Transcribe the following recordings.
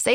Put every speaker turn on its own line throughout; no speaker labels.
Say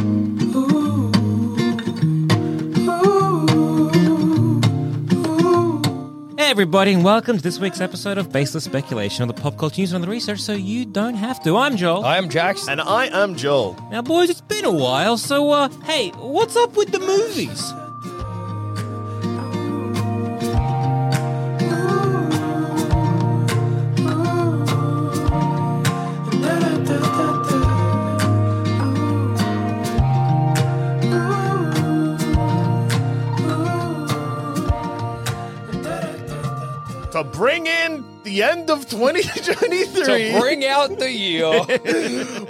Hey everybody, and welcome to this week's episode of Baseless Speculation on the pop culture news and on the research, so you don't have to. I'm Joel.
I am Jackson.
And I am Joel.
now, boys, it's been a while, so uh, hey, what's up with the movies?
To bring in the end of 2023,
To bring out the year.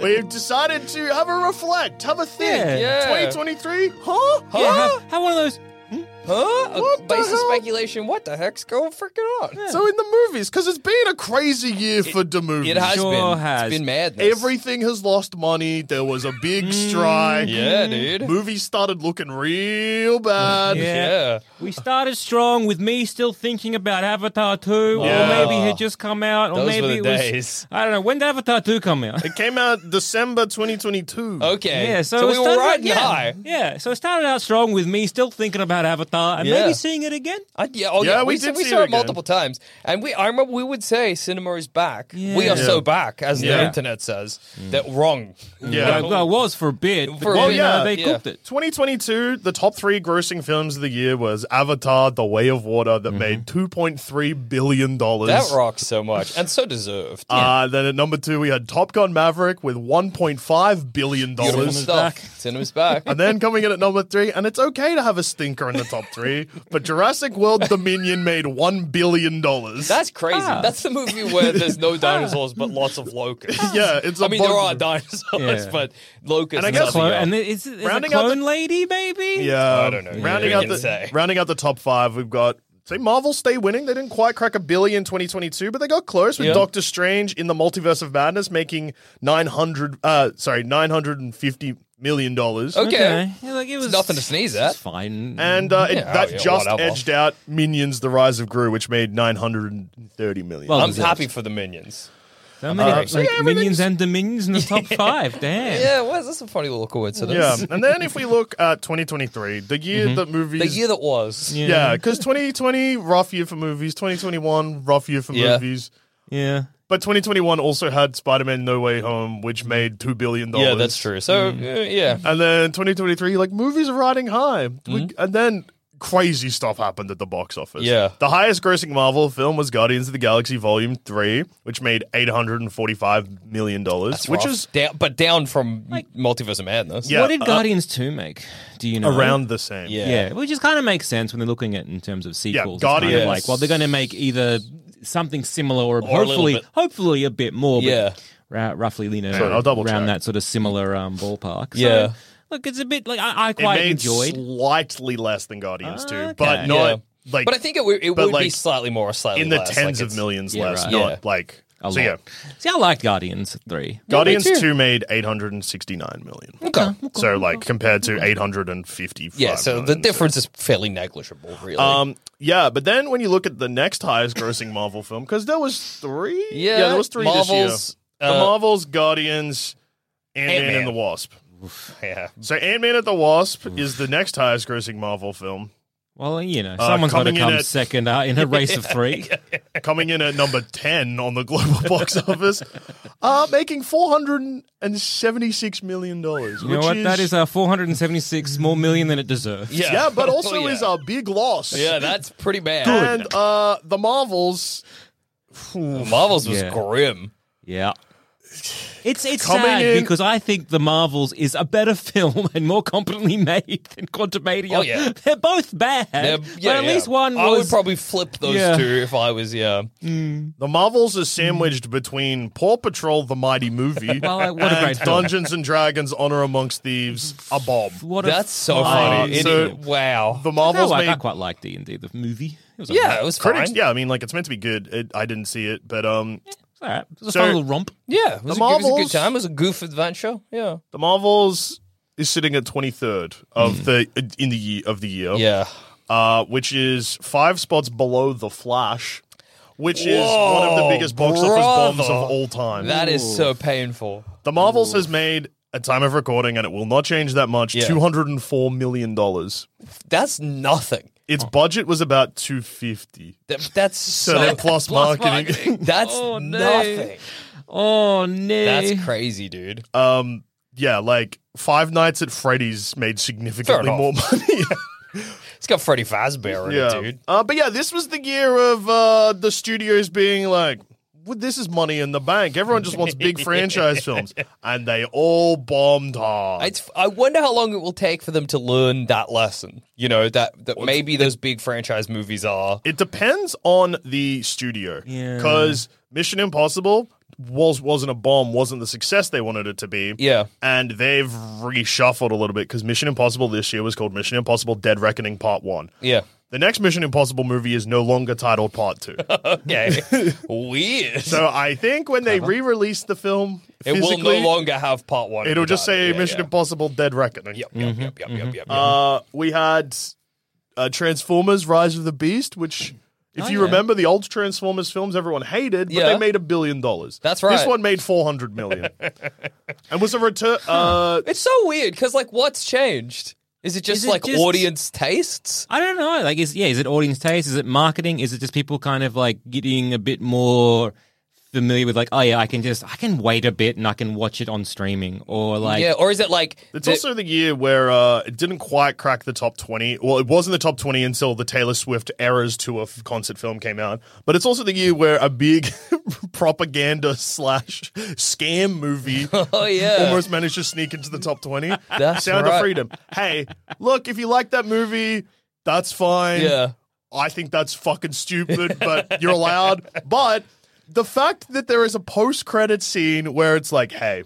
we've decided to have a reflect, have a think.
Yeah.
Yeah.
2023? Huh? Huh?
Yeah, have, have one of those. hmm?
huh?
What the
Based on
hell?
speculation, what the heck's going freaking on?
So in the movies, because it's been a crazy year for the movies.
It has
Sure
been.
has.
It's been madness.
Everything has lost money. There was a big strike.
Mm, Yeah, dude.
Movies started looking real bad.
Yeah.
We started strong with me still thinking about Avatar 2, or
Yeah.
maybe it had just come out, or
Those
maybe
were the
it was.
days.
I don't know, when did Avatar 2 come out?
It came out December 2022.
Okay.
Yeah, so, it
we were
started out-
riding
yeah,
high.
Yeah, so it started out strong with me still thinking about Avatar and
Yeah.
maybe seeing it again.
I, yeah, oh,
Yeah,
yeah,
we
we, saw-
did
we
see
saw
it
it,
again.
multiple times, and we I remember we would say cinema is back. We
Yeah.
are so back, as the
Yeah. Mm.
internet says. That wrong.
Yeah.
Well, well, it was for a bit, but
For a
then,
bit,
uh,
yeah,
they
yeah.
cooked it.
2022, the top three grossing films of the year was Avatar: The Way of Water, that made 2.3 billion dollars.
Mm-hmm. That rocks so much, and so deserved.
Uh, then at number two, we had Top Gun Maverick with $1.5 billion.
Beautiful
dollars.
stuff. Cinema's back.
And then coming in at number three, and it's okay to have a stinker in the top three, but Jurassic World Dominion made $1 billion.
That's crazy.
Ah.
That's the movie where there's no dinosaurs but lots of locusts.
Yeah, it's a
I mean, there
bug-
are dinosaurs,
Yeah.
but locusts.
And I
is
guess-
nothing
Clone,
else.
and it's, it's a
Rounding out
clone
the-
lady, maybe.
yeah.
I don't know.
Rounding,
Yeah,
out
we
the,
can say.
rounding out the top five, we've got. Say Marvel stay winning. They didn't quite crack a billion in 2022, but they got close with
Yeah.
Doctor Strange in the Multiverse of Madness making 900 uh sorry, 950 million dollars.
Okay.
Yeah, like it was
nothing to sneeze
it's
at.
fine.
And uh, it,
Yeah, Oh,
that
yeah,
just
whatever.
edged out Minions: The Rise of Gru, which made 930 million.
Well,
I'm
deserved.
happy for the minions.
Don't make it,
uh, so
like
yeah, everything's-
minions and dominions in the top five. Damn.
Yeah, well, that's a funny little coincidence.
yeah, and then if we look at 2023, the year that movies,
Mm-hmm. The year that was.
yeah, because 2020 rough year for movies, 2021 rough year for
Yeah.
movies,
Yeah.
but 2021 also had Spider-Man: No Way Home, which made two billion dollars.
Mm-hmm. Yeah, that's true. So, uh, yeah.
And then 2023, like movies are riding high, we, and then. Crazy stuff happened at the box office.
Mm-hmm. Yeah.
The highest grossing Marvel film was Guardians of the Galaxy Volume 3, which made $845 million,
It's
which
rough.
is
Down, but down from Multiverse of Madness.
Yeah,
What did
uh,
Guardians Two make? Do you know?
around the same.
Yeah.
Yeah, which just kind of makes sense when they're looking at in terms of sequels. It's Kind
Guardians.
of like, well, they're going to make either something similar or,
Or a little
hopefully,
bit.
hopefully a bit more.
Yeah.
But ra- roughly, you know,
Sure, I'll double
around
check.
that sort of similar um, ballpark. So,
Yeah.
Look, it's a bit like I, I
It
quite
made
enjoyed.
slightly less than Guardians 2,
Okay.
but not
Yeah.
like
but I think it, would- it
but
would be
like,
slightly more or slightly
in the
less. Like,
tens of
it's-
millions
Yeah,
less,
right.
not
Yeah.
like
A
So,
lot. See, I liked Guardians three.
Guardians 2 made 869 million.
Okay.
So, like, compared to 855.
Yeah, so the
million.
difference is fairly negligible, really.
Um, yeah, but then when you look at the next highest grossing Marvel film, because there was three.
Yeah,
there was three this
Marvel's,
year. the
uh,
Marvels, Guardians, Ant Man,
Ant-Man.
and the Wasp.
yeah.
So Ant Man and the Wasp is the next highest grossing Marvel film,
Well, you know,
Uh,
someone's got to
coming in
come
at-
second uh, in a race of three.
coming in at number ten on the global box office, uh, making four hundred and seventy six million dollars.
You know what? That is uh, a 476 more million than it deserves.
yeah. but also is um, a big loss.
Oh, Yeah, that's pretty bad.
and uh, the Marvels
Marvel's was
Yeah.
grim.
Yeah. It's it's
Coming
sad
in-
because I think The Marvels is a better film and more competently made than Quantumania.
Oh, yeah.
They're both bad.
They're-
but
yeah,
at least
yeah.
one
I would
was
probably flip those
Yeah.
two if I was yeah.
The Marvels is sandwiched between Paw Patrol, the mighty movie,
Well, uh, what a
and
great film.
Dungeons and Dragons: Honor Amongst Thieves, a bomb.
what a
That's so
fine-
Uh,
funny. It-
so-
wow.
The
No,
Marvels
like, I
made
quite like D and D the movie. It was
yeah,
alright.
it was
critics.
fine.
Yeah, I mean, like it's meant to be good. It, I didn't see it, but um,
It's alright. It was a
So-
fun little romp.
Yeah,
The
it was, a, it was a
Marvels-
good time. It was a goof adventure. Yeah.
the Marvels is sitting at twenty third of the in the year of the year.
Hmm. Yeah.
uh, which is five spots below the Flash, which is one of the
Whoa,
biggest box office bombs
brother.
of all time.
That is so painful.
the Marvels has made. At time of recording, and it will not change that much.
Yeah.
Two hundred and four million dollars.
That's nothing.
Its budget was about 250.
That, that's
So
so,
then plus, marketing.
That's
Oh, no.
nothing.
Oh no.
That's crazy, dude.
um yeah, like Five Nights at Freddy's made significantly
Fair enough.
more money.
It's got Freddy Fazbear in
yeah.
it, dude.
Uh, but yeah, this was the year of uh the studios being like well, this is money in the bank. Everyone just wants big franchise films, and they all bombed hard.
It's, I wonder how long it will take for them to learn that lesson. You know that that maybe those big franchise movies are.
It depends on the studio.
Yeah.
Because Mission Impossible was wasn't a bomb, wasn't the success they wanted it to be.
Yeah.
And they've reshuffled a little bit because Mission Impossible this year was called Mission Impossible Dead Reckoning Part One.
Yeah.
The next Mission Impossible movie is no longer titled Part Two.
Okay. Weird.
so I think when they re-release the film,
it will no
physically,
longer have part one.
It'll
in the
just
title.
say
Yeah,
Mission
yeah.
Impossible Mm-hmm. Dead Reckoning.
Yep. Yep. Yep. Yep. Yep. Yep. yep.
Uh, we had uh, Transformers: Rise of the Beast, which, if
Oh,
you
yeah.
remember, the old Transformers films everyone hated, but
Yeah.
they made a billion dollars.
That's
This
right.
one made four hundred million, and was a return. Uh,
It's so weird because like, what's changed? Is it just
Is it
like
just-
audience tastes?
I don't know. Like, is yeah, is it audience taste? Is it marketing? Is it just people kind of like getting a bit more familiar with like, oh yeah, I can just I can wait a bit and I can watch it on streaming or like,
yeah, or is it like
it's
the-
also the year where uh, it didn't quite crack the top twenty. Well, it wasn't the top twenty until the Taylor Swift Eras Tour f- concert film came out. But it's also the year where a big propaganda slash scam movie
oh yeah,
almost managed to sneak into the top 20.
That's
Sound of
right.
Freedom. Hey, look, if you like that movie, that's fine.
yeah,
I think that's fucking stupid, but you're allowed. But the fact that there is a post credit scene where it's like, hey,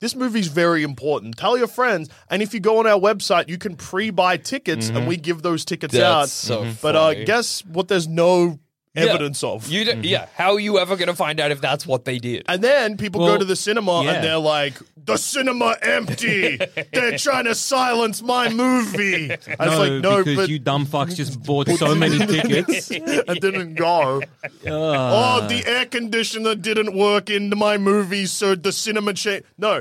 this movie's very important. Tell your friends. And if you go on our website, you can pre buy tickets and we give those tickets
Mm-hmm. That's
out.
so Mhm.
But uh,
funny.
guess what there's no
Yeah.
evidence of?
you
Mm-hmm.
d- yeah. How are you ever gonna find out if that's what they did?
And then people go
Well,
to the cinema
yeah.
and they're like, the cinema empty. they're trying to silence my movie. And
no,
it's like, no,
because
but
you dumb fucks just bought so many tickets. Ah.
I didn't go. oh, the air conditioner didn't work in my movie, so the cinema chain. No.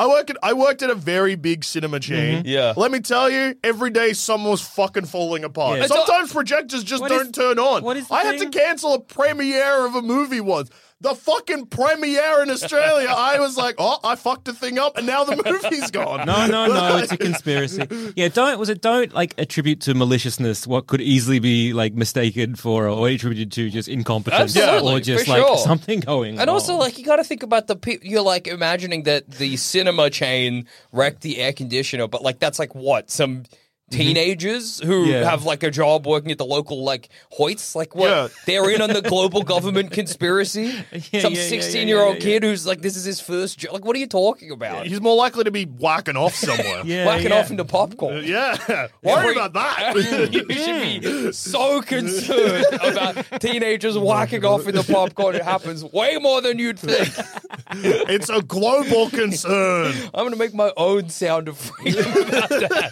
I work at I worked at a very big cinema chain.
Mm-hmm.
Yeah.
Let me tell you, every day someone was fucking falling apart.
Yeah. It's
all-
Sometimes projectors just
What is-
don't turn on.
what is the
I had to
thing?
cancel a premiere of a movie once. The fucking premiere in Australia. I was like, oh, I fucked a thing up, and now the movie's gone.
No, no, no, it's a conspiracy. Yeah, don't was it don't like attribute to maliciousness what could easily be like mistaken for or attributed to just incompetence
Absolutely,
or just
for
like
sure.
something going on.
And also, like, you got to think about the people. You're like imagining that the cinema chain wrecked the air conditioner, but like, that's like what some teenagers who
Mm-hmm. Yeah.
have like a job working at the local like Hoyts. Like what?
Yeah.
They're in on the global government conspiracy.
yeah,
Some
yeah, yeah,
sixteen year old
yeah, yeah.
kid who's like, this is his first job. Like, what are you talking about?
He's more likely to be whacking off somewhere.
Yeah,
Whacking
yeah.
off into popcorn.
Yeah.
Every-
Worry about that.
you should be so concerned about teenagers whacking off in the popcorn. It happens way more than you'd think.
it's a global concern.
I'm going to make my own sound of freedom.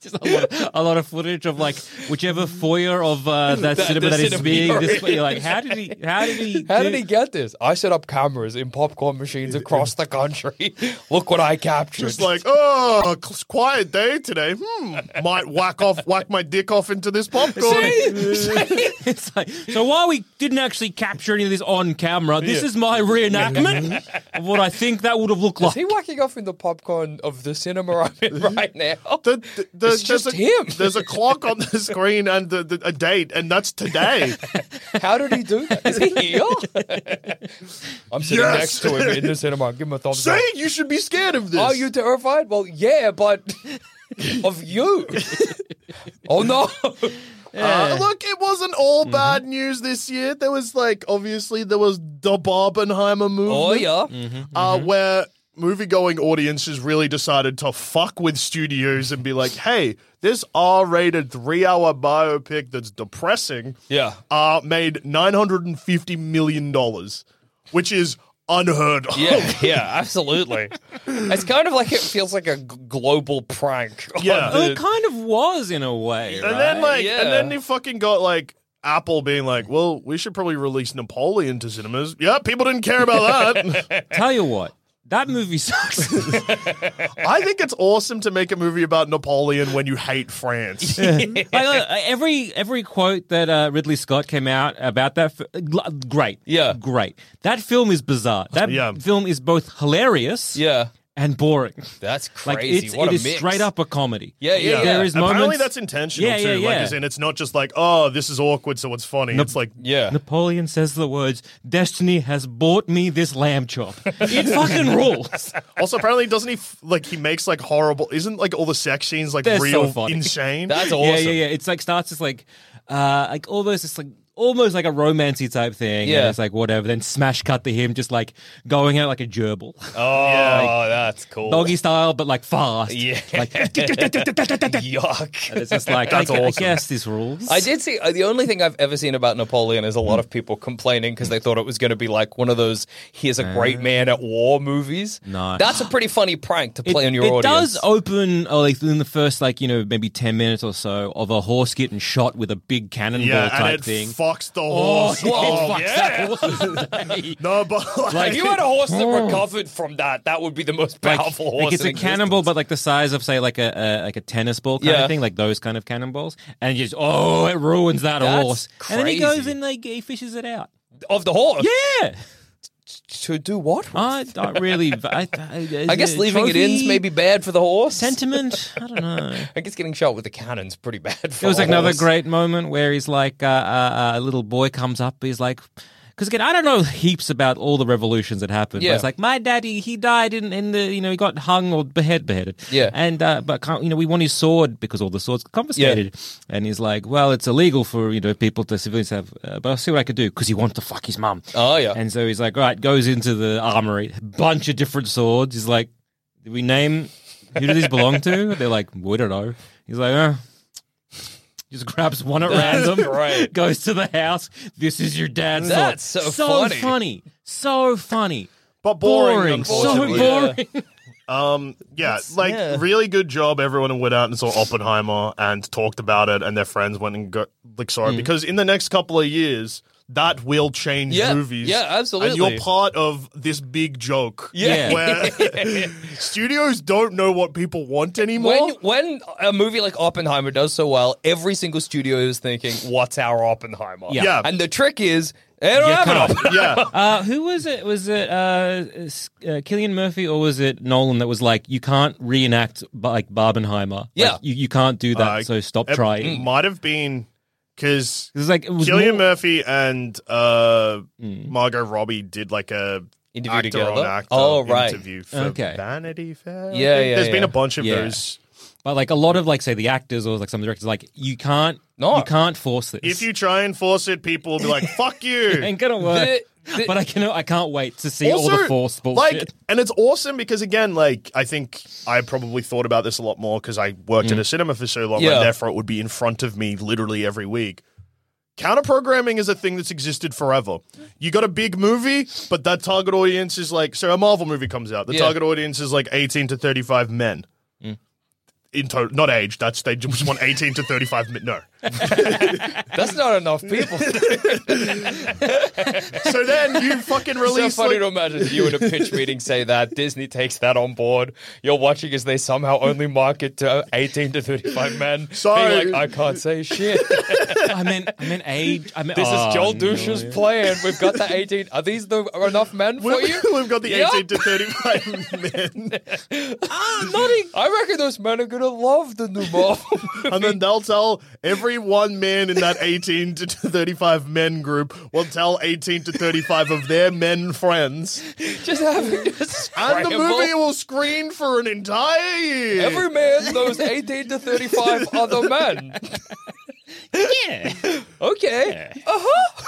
Just a lot, a lot of footage of like whichever foyer of uh, that
That-
cinema
the
that is
cinema
being
you're
displayed.
in.
Like, how did he? How did he? do-
How did he get this? I set up cameras in popcorn machines across the country. Look what I captured.
Just like, oh, a c- quiet day today. Hmm. Might whack off, whack my dick off into this popcorn.
It's like, so while we didn't actually capture any of this on camera, this is my reenactment of what I think that would have looked
Is
like.
he whacking off in the popcorn of the cinema I'm in right now?
The- the- the- there's
It's just
a,
him.
There's a clock on the screen and the, the, a date, and that's today.
How did he do that? Is he here? I'm sitting
Yes.
next to him in the cinema. Give him a thumbs up.
See, you should be scared of this.
Are you terrified? Well, yeah, but of you. oh no!
Uh, look, it wasn't all
Mm-hmm.
bad news this year. There was like obviously there was the Barbenheimer movement.
Oh yeah. Mm-hmm.
uh, where movie-going audiences really decided to fuck with studios and be like, "Hey, this R-rated three-hour biopic that's depressing,
Yeah.
uh, made nine hundred and fifty million dollars, which is unheard of."
Yeah, yeah, absolutely. it's kind of like it feels like a g- global prank. on
Yeah.
Well,
the-
it kind of was in a way.
And
right?
then like, and then
yeah.
you fucking got like. Apple being like, well, we should probably release Napoleon to cinemas. Yeah, people didn't care about that.
Tell you what, that movie sucks.
I think it's awesome to make a movie about Napoleon when you hate France.
like, uh, every every quote that uh, Ridley Scott came out about that, f- gl- great,
Yeah.
great. That film is bizarre. That
Yeah.
film is both hilarious,
yeah,
and boring.
that's
Like
crazy.
it's
what
it
a
is
mix.
straight up a comedy.
Yeah, yeah, yeah.
There is
Apparently
moments.
that's intentional
Yeah,
too.
yeah,
Like
yeah.
as in it's not just like, oh, this is awkward, so it's funny. it's like
Yeah.
Napoleon says the words, "Destiny has bought me this lamb chop." It fucking rules.
also apparently doesn't he f- like he makes like horrible isn't like all the sex scenes like
They're so
real
funny.
insane?
That's awesome.
Yeah, yeah, yeah. It's like starts as like, uh, like almost it's like almost like a romancy type thing. and
Yeah.
it's like whatever. Then smash cut to him just like going out like a gerbil,
Oh, that's cool.
doggy style, but like fast.
Yeah.
Like,
Yuck.
it's just like
That's
I, gu- I
awesome.
guess this rules.
I did see uh, the only thing I've ever seen about Napoleon is a lot
Hmm.
of people complaining because they thought it was going to be like one of those "Here's a
Uh.
great man at war" movies.
No.
that's a pretty funny prank to
It,
play on your
it
audience.
does open uh, like in the first like you know maybe ten minutes or so of a horse getting shot with a big cannonball
yeah,
type
and it
thing.
fucks the horse.
it
Oh,
fucks
yeah. No, but like,
If you had a horse that recovered from that, that would be the most
oh. Like,
powerful horse.
like it's
in
a cannonball,
existence.
but like the size of say like a, a like a tennis ball kind
Yeah.
of thing, like those kind of cannonballs, and you just oh, it ruins that
That's
horse, and then he goes
crazy.
and like he fishes it out.
of the horse.
Yeah,
To do what?
I don't really. I, I,
I guess
uh,
leaving it in's
trophy
maybe bad for the horse.
sentiment. I don't know.
I guess getting shot with a cannon's pretty bad for
It was
a
like another
horse.
great moment where he's like, uh, uh, uh, a little boy comes up. He's like, because again, I don't know heaps about all the revolutions that happened.
Yeah.
But it's like my daddy, he died in, in the you know he got hung or behead beheaded.
Yeah.
And uh, but can't, you know we want his sword because all the swords got confiscated. And he's like, well, it's illegal for you know people to civilians to have. Uh, but I'll see what I can do because he wants to fuck his mum.
Oh, yeah.
And so he's like, all right, goes into the armory, bunch of different swords. He's like, did we name who do these belong to? They're like, we don't know. He's like, uh just grabs one at random,
Right.
goes to the house. This is your dad's.
That's
sword.
so
so
funny.
funny, so funny,
but boring,
so
unfortunately.
boring.
Um, yeah, like
yeah.
really good job. Everyone went out and saw Oppenheimer and talked about it, and their friends went and got like sorry
Mm.
because in the next couple of years that will change
Yeah,
movies.
yeah, absolutely.
And you're part of this big joke.
Yeah.
where studios don't know what people want anymore.
When when a movie like Oppenheimer does so well, every single studio is thinking, "What's our Oppenheimer?"
Yeah.
Yeah.
And the trick is, they don't have an Oppenheimer.
yeah,
Uh, who was it? Was it uh, S- uh, Killian Murphy or was it Nolan that was like, you can't reenact like Barbenheimer? Like,
Yeah.
you, you can't do that.
Uh,
so stop
it
trying.
Might have been because
It was like it was
Killian
more-
Murphy and uh, Margot Robbie did like a
Mm. Interview
actor
together?
on actor
Oh, right.
interview for
Okay.
Vanity Fair. I
Yeah,
think.
yeah,
There's been
yeah.
a bunch of
Yeah.
those.
But like a lot of like say the actors or like some directors, like you can't
No.
you can't force this.
If you try and force it, people will be like, fuck you.
ain't gonna work.
The- the-
but I can I can't wait to see all the forced bullshit.
Like, and it's awesome because again, like I think I probably thought about this a lot more because I worked in a cinema for so long,
Mm. Yeah.
and therefore it would be in front of me literally every week. Counter programming is a thing that's existed forever. You got a big movie, but that target audience is like, so a Marvel movie comes out. The
Yeah. Mm.
target audience is like eighteen to thirty-five men. In total, not age. That's they just want eighteen to thirty-five. men. No,
That's not enough people.
so then you fucking
so
release.
funny
like-
to imagine you in a pitch meeting say that. Disney takes that on board. You're watching as they somehow only market to 18 to 35 men. being
Sorry.
like, I can't say shit.
I meant I meant age. I meant
This
oh,
is Joel
no.
Douche's plan. We've got the 18. Are these the are enough men for
We've,
you?
we've got the
Yep.
18 to 35 men. e-
I reckon those men are going to love the new Marvel
and then they'll tell every one man in that 18 to 35 men group will tell 18 to 35 of their men friends
Just have it just
and the
scramble.
movie will screen for an entire year
Every man knows 18 to 35 other men.
Yeah.
Okay.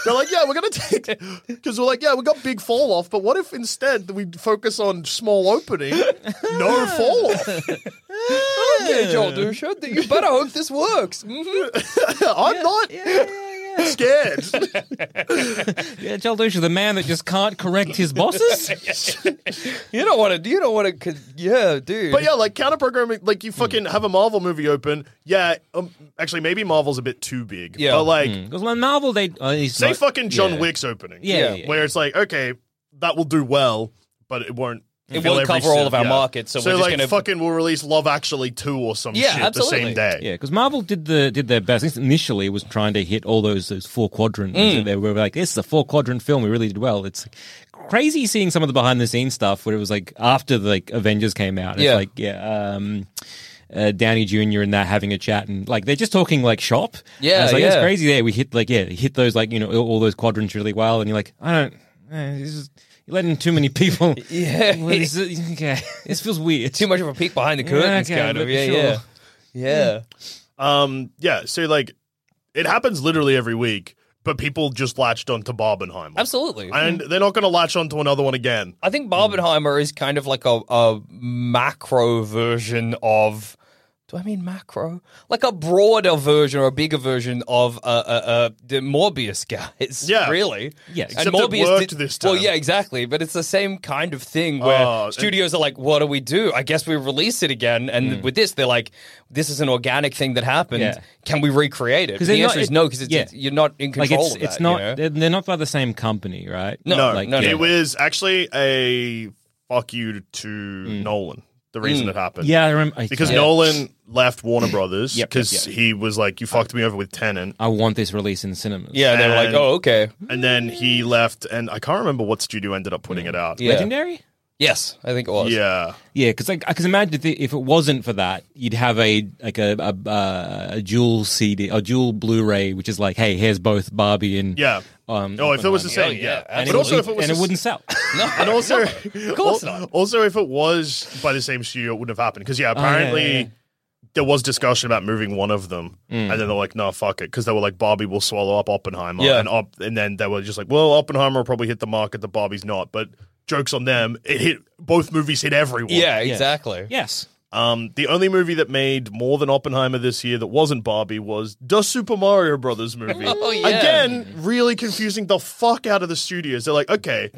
they're like yeah we're gonna take because we're like yeah we got big fall off but what if instead we focus on small opening no fall off
Okay, Joel Dusha, you better hope this works. Mhm.
i'm not scared
Yeah, Joel Douche is the man that just can't correct his bosses.
You don't want to, you don't want to, yeah, dude.
But yeah, like counter programming, like you fucking have a Marvel movie open. Yeah, um, actually, maybe Marvel's a bit too big.
Yeah. Hmm.
But like,
Because when Marvel, they uh, he's
say
not-
fucking John
yeah.
Wick's opening.
Yeah, yeah, yeah.
Where it's like, okay, that will do well, but it won't.
It
fill
won't
every
cover all
cent,
of our
yeah.
markets, so we're just
like,
gonna-
fucking, we'll release Love Actually two or some
Yeah,
shit the
absolutely.
same day.
Yeah, because Marvel did the did their best. Initially, was trying to hit all those those four quadrants.
Mm.
And They were like, "This is a four quadrant film. We really did well." It's crazy seeing some of the behind the scenes stuff where it was like after the, like Avengers came out. It's
Yeah.
like yeah. Um, uh, Downey Jr. and that having a chat and like they're just talking like shop.
Yeah,
And it's like,
yeah.
It's crazy. There we hit like yeah, hit those like you know all those quadrants really well. And you're like, I don't. Eh, this is, you're letting too many people.
Yeah.
This is- okay. This feels weird.
Too much of a peek behind the curtains,
okay,
kind of.
but
Yeah,
sure.
yeah. Yeah.
Um, yeah. So like, it happens literally every week, but people just latched onto Barbenheimer.
Absolutely.
And they're not going to latch onto another one again.
I think Barbenheimer is kind of like a, a macro version of. Do I mean macro? Like a broader version or a bigger version of uh, uh, uh, the Morbius guys.
Yeah.
Really?
Yes.
And
Except it
Morbius
worked this
Well,
time.
yeah, exactly. But it's the same kind of thing where
Oh, and-
studios are like, what do we do? I guess we release it again. And
Mm.
with this, they're like, this is an organic thing that happened.
Yeah.
Can we recreate it?
'Cause
The
they're
answer
not-
is no, because it's,
yeah.
it's- you're not in
like
control
it's
of
it's
that,
not
you know?
they're, they're not by the same company, right?
No,
like,
no, no.
yeah.
It was actually a fuck you to
Mm.
Nolan. The reason it happened.
Yeah, I remember
Because
yeah.
Nolan left Warner Brothers
Yep,
because
yep, yep.
he was like, "You fucked me over with Tenant,"
I want this release in cinemas.
yeah, they were like,
and-
oh, okay.
and then he left, and I can't remember what studio ended up putting it
Mm.
out.
Yeah.
legendary.
Yes, I think it was.
yeah,
Yeah, because like I can imagine if, it- if it wasn't for that, you'd have a like a a, uh, a dual CD, a dual Blu-ray, which is like, hey, here's both Barbie and
yeah.
Um,
oh, if it was the
Oppenheimer.
same,
Yeah,
yeah.
yeah, and
and
But
it,
also,
would-
if it was,
and
the
it
s-
wouldn't sell.
and also,
course
al-
not.
also, if it was by the same studio, it wouldn't have happened. Because yeah,
Oh, yeah,
apparently.
yeah. Mm.
There was discussion about moving one of them, and then they're like, "No, fuck it," because they were like, "Barbie will swallow up Oppenheimer,"
Yeah.
and op- and then they were just like, "Well, Oppenheimer will probably hit the market, the Barbie's not." But jokes on them, it hit both movies hit everyone.
Yeah, exactly.
yes,
Um, the only movie that made more than Oppenheimer this year that wasn't Barbie was the Super Mario Brothers movie.
Oh, yeah.
Again, really confusing the fuck out of the studios. They're like, okay,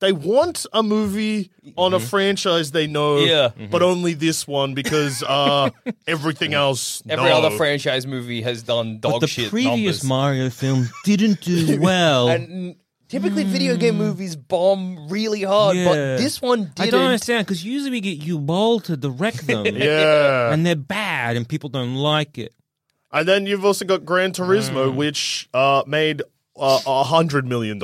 they want a movie on a franchise they know,
Mm-hmm. Yeah. Mm-hmm.
but only this one because uh, everything else.
Every
no.
other franchise movie has done dog
but the
shit
previous
numbers.
Mario film didn't do well.
and typically, video game movies bomb really hard,
Hmm. Yeah.
but this one didn't.
I don't understand because usually we get you all to direct them,
Yeah.
and they're bad, and people don't like it.
And then you've also got Gran Turismo,
Mm.
which uh, made uh, $100 million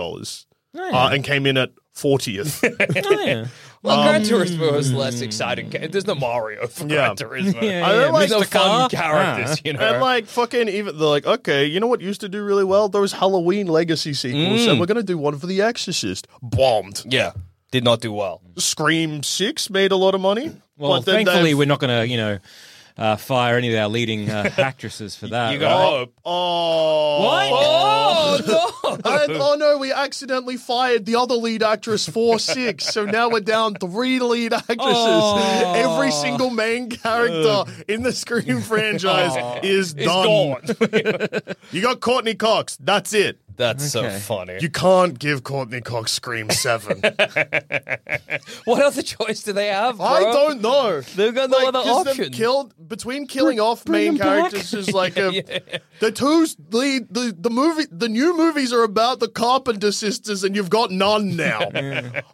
uh, and came in at 40th.
Oh, yeah.
Well, Gran Turismo is less exciting. ca- There's no Mario for
Um, Yeah.
Gran Turismo.
Hmm. Yeah,
I don't
yeah,
like
There's no
the
fun
car.
characters, you know.
And like fucking even they're like, okay, you know what used to do really well? Those Halloween legacy sequels.
Mm.
And we're gonna do one for The Exorcist. Bombed.
yeah, did not do well.
Scream Six made a lot of money.
Well,
but then
thankfully,
they've-
we're not going to, you know, uh, fire any of our leading uh, actresses for that.
you got
right?
hope.
Oh.
What?
Oh no!
I- oh no, we accidentally fired the other lead actress for six, so now we're down three lead actresses.
Oh.
Every single main character in the Scream franchise is done.
It's
You got Courtney Cox. That's it.
That's
Okay.
so funny.
You can't give Courtney Cox Scream Seven.
what other choice do they have? Bro?
I don't know.
They've got no other
'cause they've
option.
Killed between killing off
bring
main
them back.
characters is like a, the two lead the the movie the new movies are about the Carpenter sisters and you've got none now.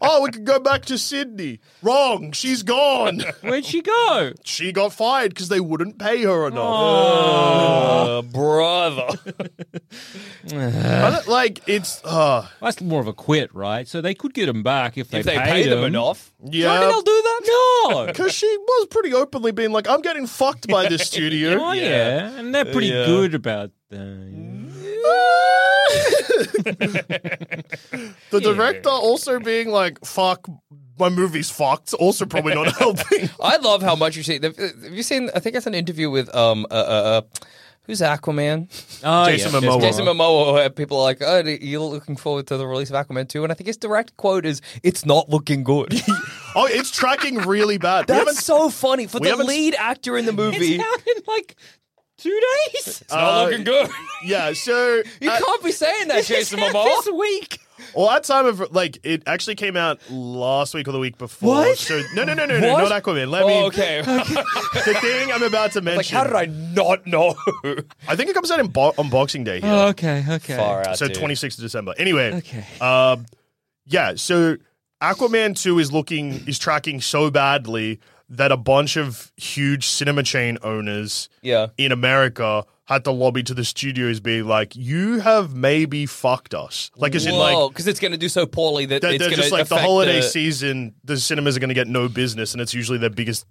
oh, we could go back to Sydney. Wrong, she's gone.
Where'd she go?
she got fired because they wouldn't pay her enough.
Uh, brother.
I don't- Like it's uh,
That's more of a quit, right? So they could get them back if they,
if they
paid
pay them
them
enough,
Do you reckon
yeah.
they'll do that? No.
Because she was pretty openly being like, "I'm getting fucked by this studio."
Oh, yeah. and they're pretty
Yeah.
good about that.
The director also being like, fuck, my movie's fucked, also probably not helping.
I love how much you see. Have you seen? I think it's an interview with um uh, uh, uh who's Aquaman?
Oh,
Jason Momoa.
Mm-hmm. Jason Momoa. Where people are like, oh, you're looking forward to the release of Aquaman two, and I think his direct quote is, "It's not looking good."
Oh, it's tracking really bad. We haven't-
That's so funny for
we
the
haven't-
lead actor in the movie.
It's out in like two days. Uh,
It's not looking good.
yeah, so.
You
at-
can't be saying that, Jason Momoa.
This week.
well, at time of, like, it actually came out last week or the week before.
What?
So, no, no, no, no, no,
What?
not Aquaman. Let me.
Oh, okay. Oh,
The thing I'm about to mention.
like, how did I not know?
I think it comes out in bo- on Boxing Day here.
Oh, okay, okay.
Far out.
so,
dude.
26th of December. Anyway.
Okay.
Um, yeah, so Aquaman 2 is looking is tracking so badly that a bunch of huge cinema chain owners
Yeah.
in America had to lobby to the studios being like, You have maybe fucked us. Like as in
Whoa,
like
because it's going to do so poorly that
they're,
it's
they're
going to
just like the holiday season, the cinemas are gonna get no business and it's usually their biggest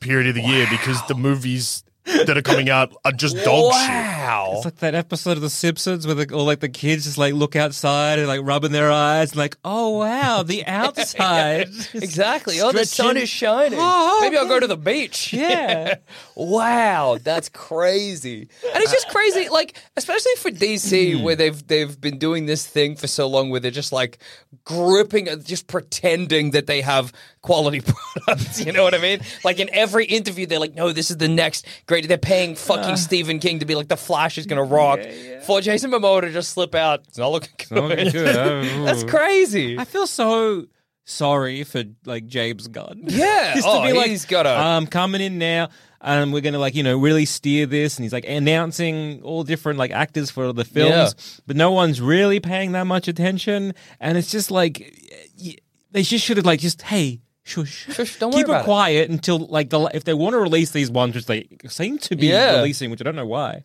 period of the year because the movies that are coming out are just dog shit.
Wow.
It's like that episode of The Simpsons where the, all like the kids just like look outside and like rubbing their eyes and like, oh wow, the outside.
Exactly. Oh, the sun
Stretching.
is shining.
Oh,
Maybe I'll
okay.
go to the beach.
Yeah.
wow, that's crazy. Hmm. And it's just crazy, like especially for DC, where they've they've been doing this thing for so long, where they're just like gripping, uh, just pretending that they have quality products. You know what I mean? Like in every interview, they're like, "No, this is the next great." They're paying fucking Stephen King to be like, "The Flash is gonna rock." For Jason Momoa to just slip out, it's not looking good.
looking good. Oh.
that's crazy.
I feel so sorry for like James Gunn.
Yeah.
Just
Oh, he's gotta-
I'm coming in now. And we're gonna like you know really steer this, and he's like announcing all different like actors for the films,
Yeah.
but no one's really paying that much attention, and it's just like y- they just should have like just hey shush,
Shush, don't worry
keep
about
it
it.
quiet until like the if they want to release these ones, which they seem to be
Yeah.
releasing, which I don't know why.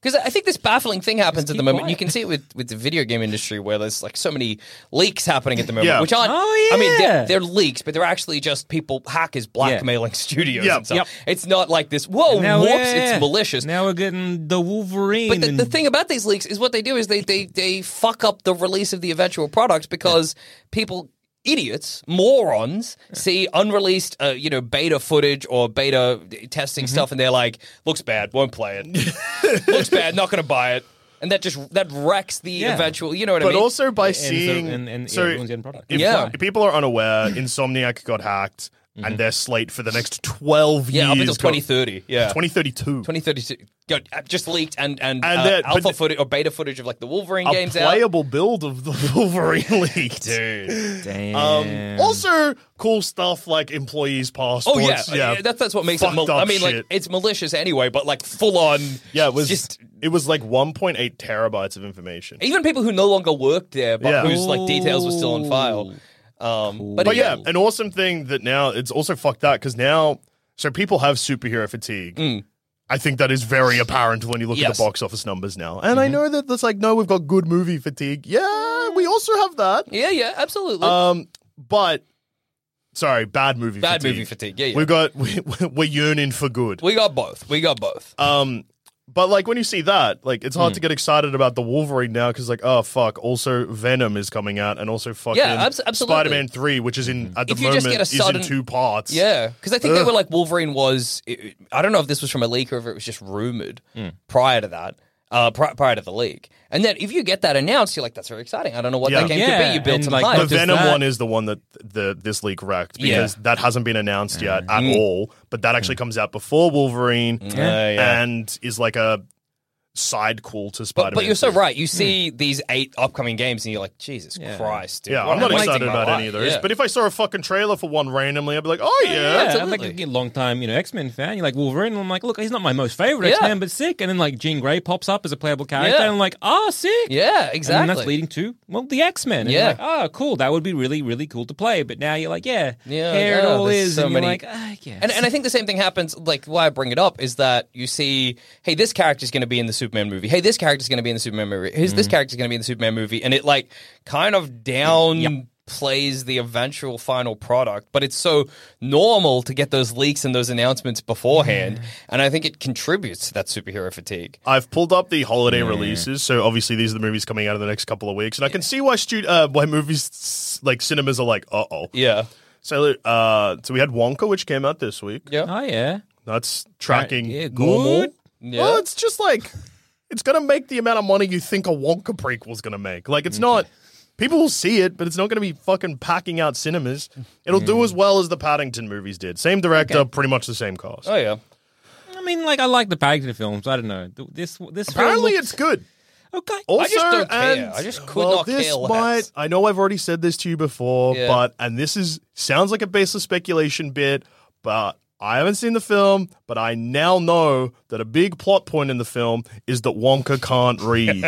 Because I think this baffling thing happens at the
keep
moment.
quiet.
You can see it with, with the video game industry where there's like so many leaks happening at the moment,
Yeah.
which aren't.
Oh,
I mean,
yeah.
they're, they're leaks, but they're actually just people hackers blackmailing studios.
Yep.
And stuff.
Yep.
It's not like this. Whoa,
Now,
Oh, whoops!
yeah,
It's malicious.
Now we're getting the Wolverine.
but the,
and-
the thing about these leaks is what they do is they they they fuck up the release of the eventual product because people. Idiots, morons, see unreleased, uh, you know, beta footage or beta
Mm-hmm.
testing stuff, and they're like, "Looks bad, won't play it. Looks bad, not going to buy it." And that just that wrecks the
Yeah.
eventual. You know what I
But
mean?
also by
so-
seeing
and- and, yeah,
so
everyone's getting product.
If,
Yeah.
if people are unaware, Insomniac got hacked
Mm-hmm.
and they're slate for the next 12 years.
yeah, up until
got-
twenty thirty, yeah,
2032.
2032 got uh, just leaked, and and,
And
uh,
that-
alpha
but-
footage or beta footage of like the Wolverine
a
games
playable build of the Wolverine leaked.
out.
Damn.
Um, also, cool stuff like employees' passports.
Oh yeah, yeah. That's that's what makes it.
Fucked
Mal-
up
I mean, like
shit.
it's malicious anyway, but like full on.
yeah, it was
just
it was like 1.8 terabytes of information.
even people who no longer worked there, but
Yeah.
whose like details were still on file. Um, But,
But yeah,
again,
an awesome thing that now it's also fucked up because now so people have superhero fatigue. I think that is very apparent when you look at
Mm. Yes. Mm-hmm.
the box office numbers now. And I know that that's like, no, we've got good movie fatigue. Yeah, we also have that.
yeah, yeah, absolutely.
Um, but sorry, bad movie.
Bad
fatigue.
movie fatigue. Yeah, yeah.
We've got we, we're yearning for good.
we got both. We got both.
Um, But like when you see that, like it's hard
Hmm.
to get excited about the Wolverine now because like oh fuck, also Venom is coming out and also fucking
abs- absolutely. Mm-hmm.
Spider-Man three, which is in at the
If you
moment
just get a sudden-
is in two parts.
Yeah, because I think they were like Wolverine was. It, I don't know if this was from a leak or if it was just rumored
Hmm.
prior to that, uh, pri- prior to the leak. And then if you get that announced, you're like, that's very exciting. I don't know what
Yeah.
that game could
Yeah,
be. You built
and
some
like,
hype.
The
Does
Venom
that-
one is the one that the this leak wrecked
Yeah. Mm-hmm. Mm.
because that hasn't been announced yet at all. But that actually comes out before Wolverine
Yeah, yeah.
and is like a side call to Spider-Man. Hmm.
But, but you're so
3.
right. You see these eight upcoming games, and you're like, Jesus Christ, dude,
Yeah,
what
I'm
am
not
I wasting
excited
my
about
life?
any of those.
Yeah.
But if I saw a fucking trailer for one randomly, I'd be like, oh yeah.
Yeah, I'm
absolutely.
like a long time, you know, X Men fan. You're like Wolverine. And I'm like, look, he's not my most favorite
Yeah.
X Men, but sick. And then like Jean Grey pops up as a playable character,
Yeah.
and I'm like, ah, sick.
yeah,
And then
exactly.
that's leading to well, the X Men.
Yeah.
Yeah. Like, oh, cool. That would be really, really cool to play. But now you're like, yeah,
Yeah,
here it
yeah,
all
there's
is.
so
and you're
many-
like, ah, yeah.
And, and I think the same thing happens, like, why I bring it up is that you see, hey, this character's going to be in the Superman movie. Hey, this character's going to be in the Superman movie. Here's
Hmm.
this character's going to be in the Superman movie. And it, like, kind of down plays the eventual final product. But it's so normal to get those leaks and those announcements beforehand. And I think it contributes to that superhero fatigue.
I've pulled up the holiday releases, so obviously these are the movies coming out in the next couple of weeks, and I can see why stu- uh, why movies like cinemas are like, uh oh.
Yeah.
So, uh, so we had Wonka, which came out this week.
Yeah.
oh yeah,
That's tracking
Yeah,
normal.
good.
Yeah.
Well, it's just like it's gonna make the amount of money you think a Wonka prequel's gonna make. Like it's not. People will see it, but it's not going to be fucking packing out cinemas. It'll do as well as the Paddington movies did. Same director, pretty much the same cast.
Oh, yeah.
I mean, like I like the Paddington films. I don't know Th- this. This film
Apparently,
looked-
it's good.
okay.
Also,
just don't care.
and-
I just could
well,
not
this
care less.
might- I know I've already said this to you before,
Yeah.
but and this is sounds like a baseless speculation bit, but I haven't seen the film, but I now know that a big plot point in the film is that Wonka can't read.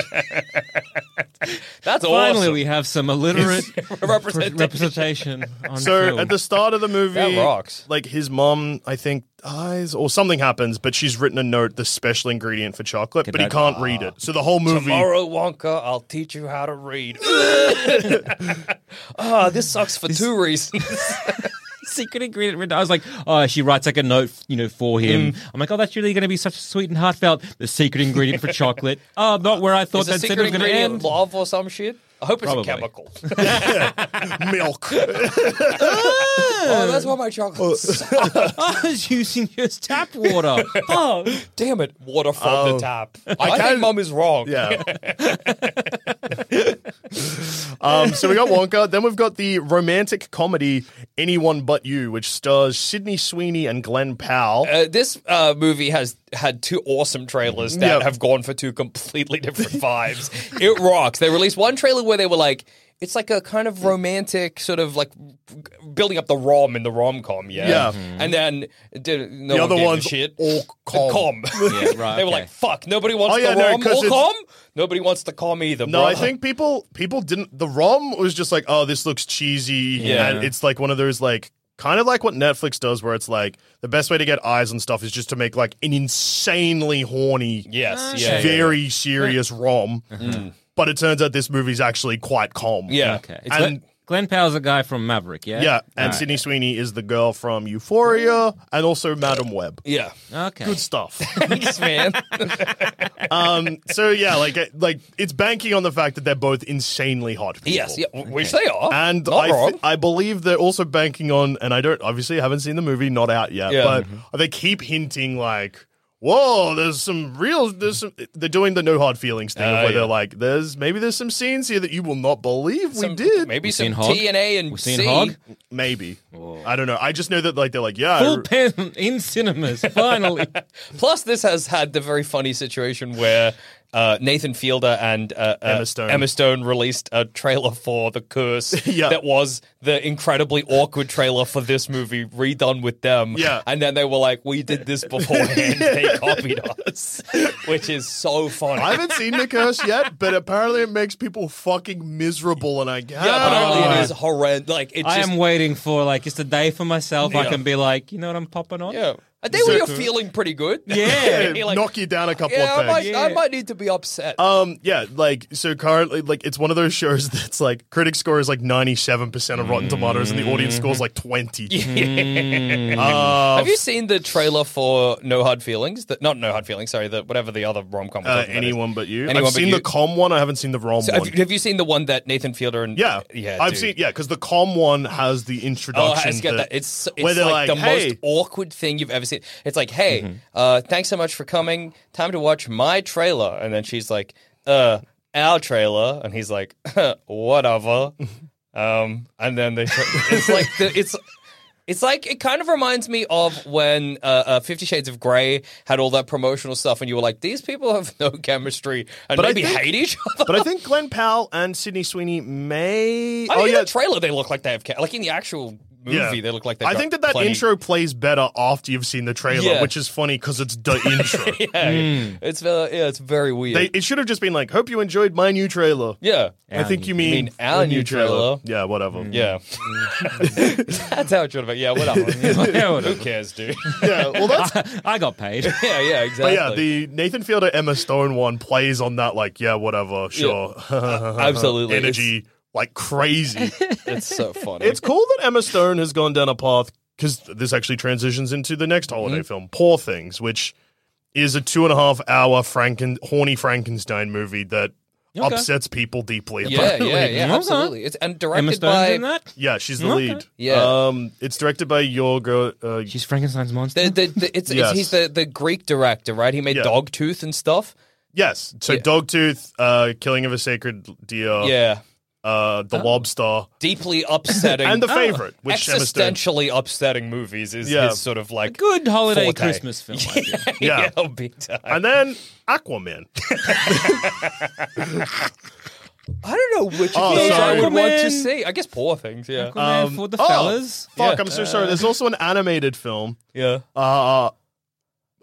That's
Finally,
awesome.
we have some illiterate
Representation.
representation on
so
film.
at the start of the movie,
That rocks.
like his mom, I think dies or something happens, but she's written a note, the special ingredient for chocolate, but he
that-
can't read it. So the whole movie,
Tomorrow, Wonka, I'll teach you how to read. Ah, this sucks for two reasons.
secret ingredient written. I was like, oh, she writes like a note, you know, for him.
Mm.
I'm like, oh, that's really going to be such a sweet and heartfelt. The secret ingredient for chocolate. Oh, not where I thought
Is the
that said it
secret
was going to
ingredient
end.
love or some shit? I hope it's
Probably.
a chemical.
milk.
oh, that's why my chocolate. sucks.
I was using just tap water. oh,
Damn it, water from the tap. I,
can-
think mum is wrong.
Yeah. um, so we got Wonka. Then we've got the romantic comedy Anyone But You, which stars Sydney Sweeney and Glenn Powell.
Uh, this uh, movie has had two awesome trailers that
Yep.
have gone for two completely different vibes. it rocks. They released one trailer where they were like, it's like a kind of romantic sort of like building up the rom in the rom com, yeah. Mm-hmm.
Yeah.
And then did,
The
no one
other
gave a
one's
shit.
all com.
Yeah, right,
they were
okay.
like, "Fuck, nobody wants
Oh, yeah,
the
no,
rom
'cause
or
it's-
com. Nobody wants the com either."
No, I
brother."
think people people didn't. The ROM was just like, oh, this looks cheesy,
Yeah.
and it's like one of those like kind of like what Netflix does, where it's like the best way to get eyes on stuff is just to make like an insanely horny,
Ah,
yes, yeah, yeah, Mm-hmm.
very serious ROM. But it turns out this movie's actually quite calm.
yeah.
okay. It's
And-
Glenn, Glenn Powell's a guy from Maverick, yeah?
Yeah, and Sydney Sweeney is the girl from Euphoria and also Madam Web.
Ah,
yeah.
Okay.
Good stuff.
Thanks, man.
um, so yeah, like it- like it's banking on the fact that they're both insanely hot. People.
yes, yeah, which they are,
And
not
I, thi-
wrong.
I believe they're also banking on, and I don't obviously haven't seen the movie, not out yet,
Yeah. Mm-hmm.
but they keep hinting like, "Whoa, there's some real." There's some, they're doing the no hard feelings thing, of
Oh,
where
yeah.
they're like, "There's maybe there's some scenes here that you will not believe we
Some-
did."
maybe
seen
some
Hog?
TNA and
We've seen
C.
Hog?
Maybe. I don't know. I just know that like they're like, "Yeah, I
Full
re-
pen in cinemas, finally.
Plus, this has had the very funny situation where uh, Nathan Fielder and uh, uh,
Emma Stone.
Emma Stone released a trailer for The Curse
Yeah.
that was the incredibly awkward trailer for this movie redone with them.
Yeah.
And then they were like, we did this beforehand. They copied us, which is so funny.
I haven't seen the curse yet, but apparently it makes people fucking miserable, and I guess.
yeah, apparently it is horrendous. Like, it's
I
just,
am waiting for, like, just a day for myself. I
Yeah.
can be like, you know what I'm popping on?
Yeah. I A day where you're feeling pretty good.
Yeah.
You're like,
knock you down a couple
yeah,
of
I
pegs.
might, I might need to be upset.
Um, yeah, like so currently, like it's one of those shows that's like critic score is like ninety seven percent of
Mm.
Rotten Tomatoes, and the audience score is like twenty. Uh,
Have you seen the trailer for No Hard Feelings? That not No Hard Feelings. Sorry, the whatever the other rom com.
uh, anyone but you.
Anyone
I've
But
seen
You.
the calm one. I haven't seen the rom
So
one.
have, you, have you seen the one that Nathan Fielder and
yeah,
yeah
I've
dude.
seen yeah because the calm one has the
Oh,
introduction.
I just get
that-
that. It's, it's
where
like,
they're
the
hey, Mm-hmm.
most awkward thing you've ever seen. It's like, hey, uh, thanks so much for coming. Time to watch my trailer. And then she's like, uh, our trailer. And he's like, whatever. um, and then they, it's like, the, it's. It's like it kind of reminds me of when uh, uh, Fifty Shades of Grey had all that promotional stuff, and you were like, "These people have no chemistry and
But I
maybe
think-
hate each other."
but I think Glenn Powell and Sydney Sweeney may.
I
oh
mean, in
yeah,
the trailer they look like they have ca- like in the actual movie
Yeah.
they look like they.
I
got
think that that
plenty-
intro plays better after you've seen the trailer,
Yeah.
which is funny because it's the intro.
Yeah, it's uh, yeah, it's very weird.
Mm. They, it should have just been like, "Hope you enjoyed my new trailer."
yeah,
I think you mean,
mean our
the
new trailer. Mm.
Yeah, whatever.
yeah. That's how it should have been. Yeah, whatever.
Yeah,
Who
whatever.
cares, dude?
yeah. Well, that's.
I got paid.
yeah, yeah,
But
exactly.
yeah, the Nathan Fielder Emma Stone one plays on that like, yeah, whatever, sure,
absolutely.
energy like crazy.
It's so funny.
it's cool that Emma Stone has gone down a path because this actually transitions into the next holiday film, Poor Things, which is a two and a half hour Franken horny Frankenstein movie that upsets people deeply.
yeah,
apparently.
yeah, yeah,
Okay.
absolutely. It's and
Emma
directed
Stone's
by
in that.
Yeah, she's the
Okay.
lead.
Yeah.
um, it's directed by your girl. Uh,
She's Frankenstein's monster.
the, the, the it's,
Yes.
it's he's the, the Greek director, right? He made
Yeah.
Dogtooth and stuff.
yes, so Dogtooth, uh, Killing of a Sacred Deer,
yeah,
uh, The Lobster,
deeply upsetting Oh,
and The Favorite, which Emma Stone
existentially upsetting movies is
Yeah.
his sort of like
Good holiday
Forte.
Christmas film. I think.
Yeah.
yeah, big time.
and then Aquaman.
I don't know which
Oh,
of these
sorry.
I would want to
Aquaman.
see. I guess poor things, yeah.
Aquaman for the
oh,
fellas.
Fuck, I'm so sorry. There's also an animated film,
yeah.
uh,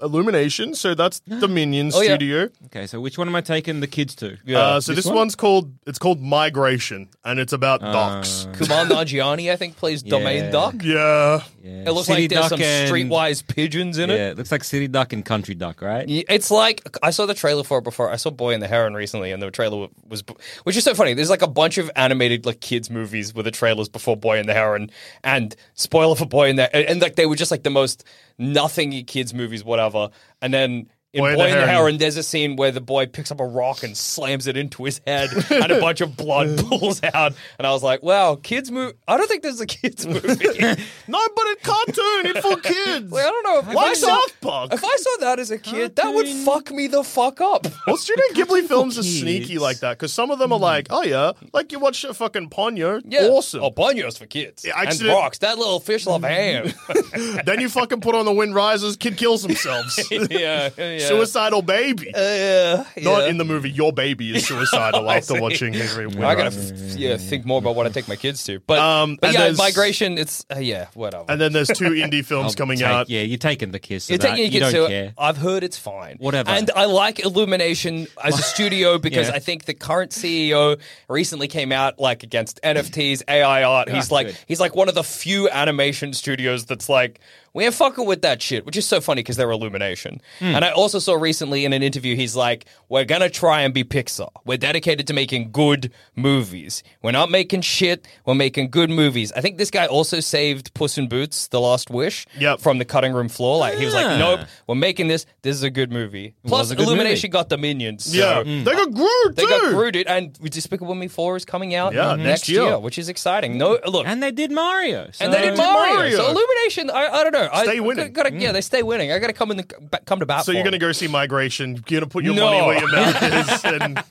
Illumination. So that's Dominion
Oh, yeah.
Studio.
Okay, so which one am I taking the kids to?
Yeah.
Uh, so this,
one?
one's called it's called Migration, and it's about
Uh,
ducks.
Kumar Nanjiani, I think, plays Domain
Yeah.
Duck.
Yeah,
It looks
City
like there's
Duck
some
and-
streetwise pigeons in
Yeah, it looks like City Duck and Country Duck, right?
it. It's like I saw the trailer for it before. I saw Boy and the Heron recently, and the trailer was, which is so funny. There's like a bunch of animated like kids movies with the trailers before Boy and the Heron, and spoiler for Boy and the, and, and like they were just like the most nothingy kids movies, whatever. And then in
Boy and
Boy,
the
and the
Heron.
Heron, there's a scene where the boy picks up a rock and slams it into his head, and a bunch of blood pulls out. And I was like, wow, kids movie. I don't think this is a kids movie.
no, but it's cartoon. It's for kids.
Like, I don't know. If
Why
I saw,
South Park?
If I saw that as a kid, that would fuck me the fuck up.
Well, Studio Ghibli films are
kids.
sneaky like that because some of them are
Hmm.
like, oh yeah, like you watch a fucking Ponyo, awesome.
Oh, banyos for kids.
Yeah,
and
accident-
rocks. That little fish love ham.
then you fucking put on the Wind Rises, kid kills themselves,
yeah, yeah.
suicidal baby.
Yeah,
Not
yeah.
in the movie. Your baby is suicidal after
see.
watching every Wind
I gotta
Rises.
f- yeah think more about what I take my kids to, but
Um,
but
and
yeah,
there's-
migration. It's uh, yeah, whatever.
And then there's two indie films
I'll
coming
take-
out.
Yeah, you're taking the kids to
You're
that.
taking your
you
kids
don't
to
care.
I've heard it's fine.
Whatever.
And I like Illumination as a studio because
Yeah.
I think the current CEO recently came out like against NFTs, AI art. He's
Ah,
like
good.
he's like one of the few animation studios that's like we ain't fucking with that shit, which is so funny because they're Illumination.
Hmm.
And I also saw recently in an interview he's like we're gonna try and be Pixar. We're dedicated to making good movies. We're not making shit. We're making good movies. I think this guy also saved Puss in Boots: The Last Wish
Yep.
from the cutting room floor. Like he was like,
Ah.
nope, we're making this. This is a good movie. Plus,
was a good
Illumination
movie.
got the minions. so-
Yeah, they got Groot
Mm. They
too.
got Groot, dude, and Despicable Me Four is coming out
Yeah,
next,
next year.
year. which is exciting. No, look, and,
And they did Mario. So.
they did Mario. Mm.
Mario.
So Illumination, I, I don't know.
Stay
I,
winning.
I gotta, Yeah, they stay winning. I got to come in the ba- come to bat.
So you're
for
gonna
them.
go see Migration. You're gonna put your
No.
money where your mouth is. And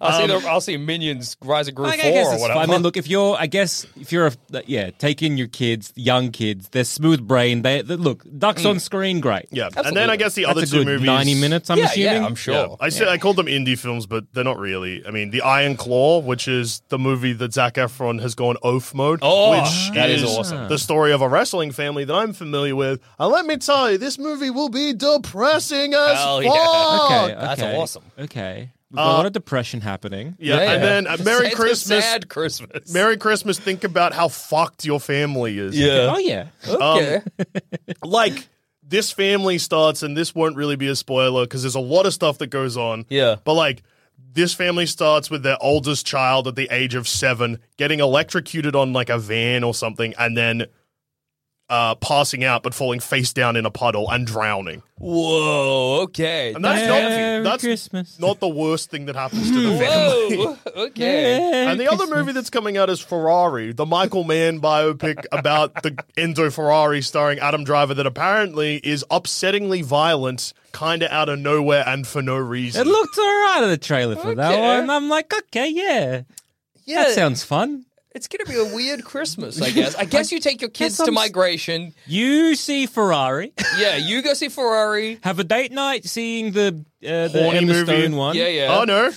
I'll
um,
see the, I'll see Minions Rise of Groot
Like, I
Four
guess
or
it's
whatever.
fine. I mean, look, if you're, I guess, if you're, a, yeah, take in your kids, young kids, they're smooth brained. They, they look, ducks
Mm.
on screen, great.
yeah, and then I guess the
That's
other
a
two
good
movies.
ninety minutes. I'm
yeah,
assuming.
yeah, I'm sure.
Yeah, I said I called them indie films, but they're not really. I mean, The Iron Claw, which is the movie that Zach Efron has gone oaf mode.
Oh,
which
that is awesome.
The story of a wrestling family that I'm familiar with. And let me tell you, this movie will be depressing as
Hell
fuck.
yeah.
Okay,
that's
okay,
awesome.
Okay, We've got a lot of depression happening.
Uh, Yeah, and then uh, Merry
It's a
Christmas.
sad Christmas.
Merry Christmas. Think about how fucked your family is.
yeah.
Oh yeah.
Okay.
like this family starts, and this won't really be a spoiler because there's a lot of stuff that goes on.
Yeah.
But like, this family starts with their oldest child at the age of seven getting electrocuted on like a van or something, and then uh, passing out but falling face down in a puddle and drowning.
Whoa, okay.
And that's
Merry
not that's
Christmas.
not the worst thing that happens to the family.
Whoa, Oh, okay.
And the other movie that's coming out is Ferrari, the Michael Mann biopic about the Enzo Ferrari starring Adam Driver that apparently is upsettingly violent, kind of out of nowhere and for no
It
reason.
looked all right in the trailer for that
Okay.
one. I'm like, okay, yeah.
Yeah,
That sounds fun.
it's going to be a weird Christmas, I guess. I guess you take your kids
Guess
to
I'm s-
migration.
You see Ferrari,
Yeah, you go see Ferrari.
have a date night seeing the uh, the
Horny
Emma
movie.
Stone one.
Yeah, yeah.
oh, no.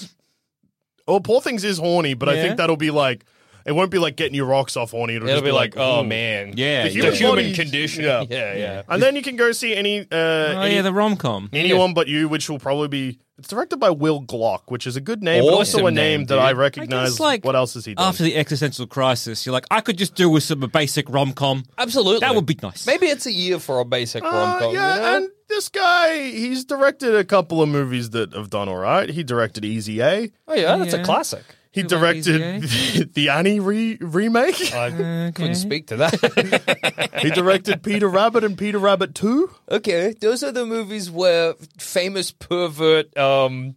Oh, Poor Things is horny, but I
Yeah.
think that'll be like, it won't be like getting your rocks off horny. It'll,
It'll
just
be like, oh
"Ooh."
man,
Yeah,
the
yeah.
human,
The
human
body-
condition.
Yeah,
Yeah.
yeah, yeah.
And then you can go see any, uh,
Oh
any-
yeah, the rom com.
anyone but you, which will probably be. It's directed by Will Glock, which is a good name, but also
Awesome
a name,
name,
that
dude.
I
I
recognize.
guess like
what else has he done?
after the existential crisis? You're like, I could just do with some basic rom com.
Absolutely.
That would be nice.
Maybe it's a year for a basic rom
Uh,
com.
yeah, and this guy, he's directed a couple of movies that have done all right. He directed Easy A.
oh yeah, that's
Yeah.
a classic.
He
You like
directed
Easy
the, the Annie re- remake.
I couldn't speak to that.
he directed Peter Rabbit and Peter Rabbit 2.
okay, those are the movies where famous pervert. Um,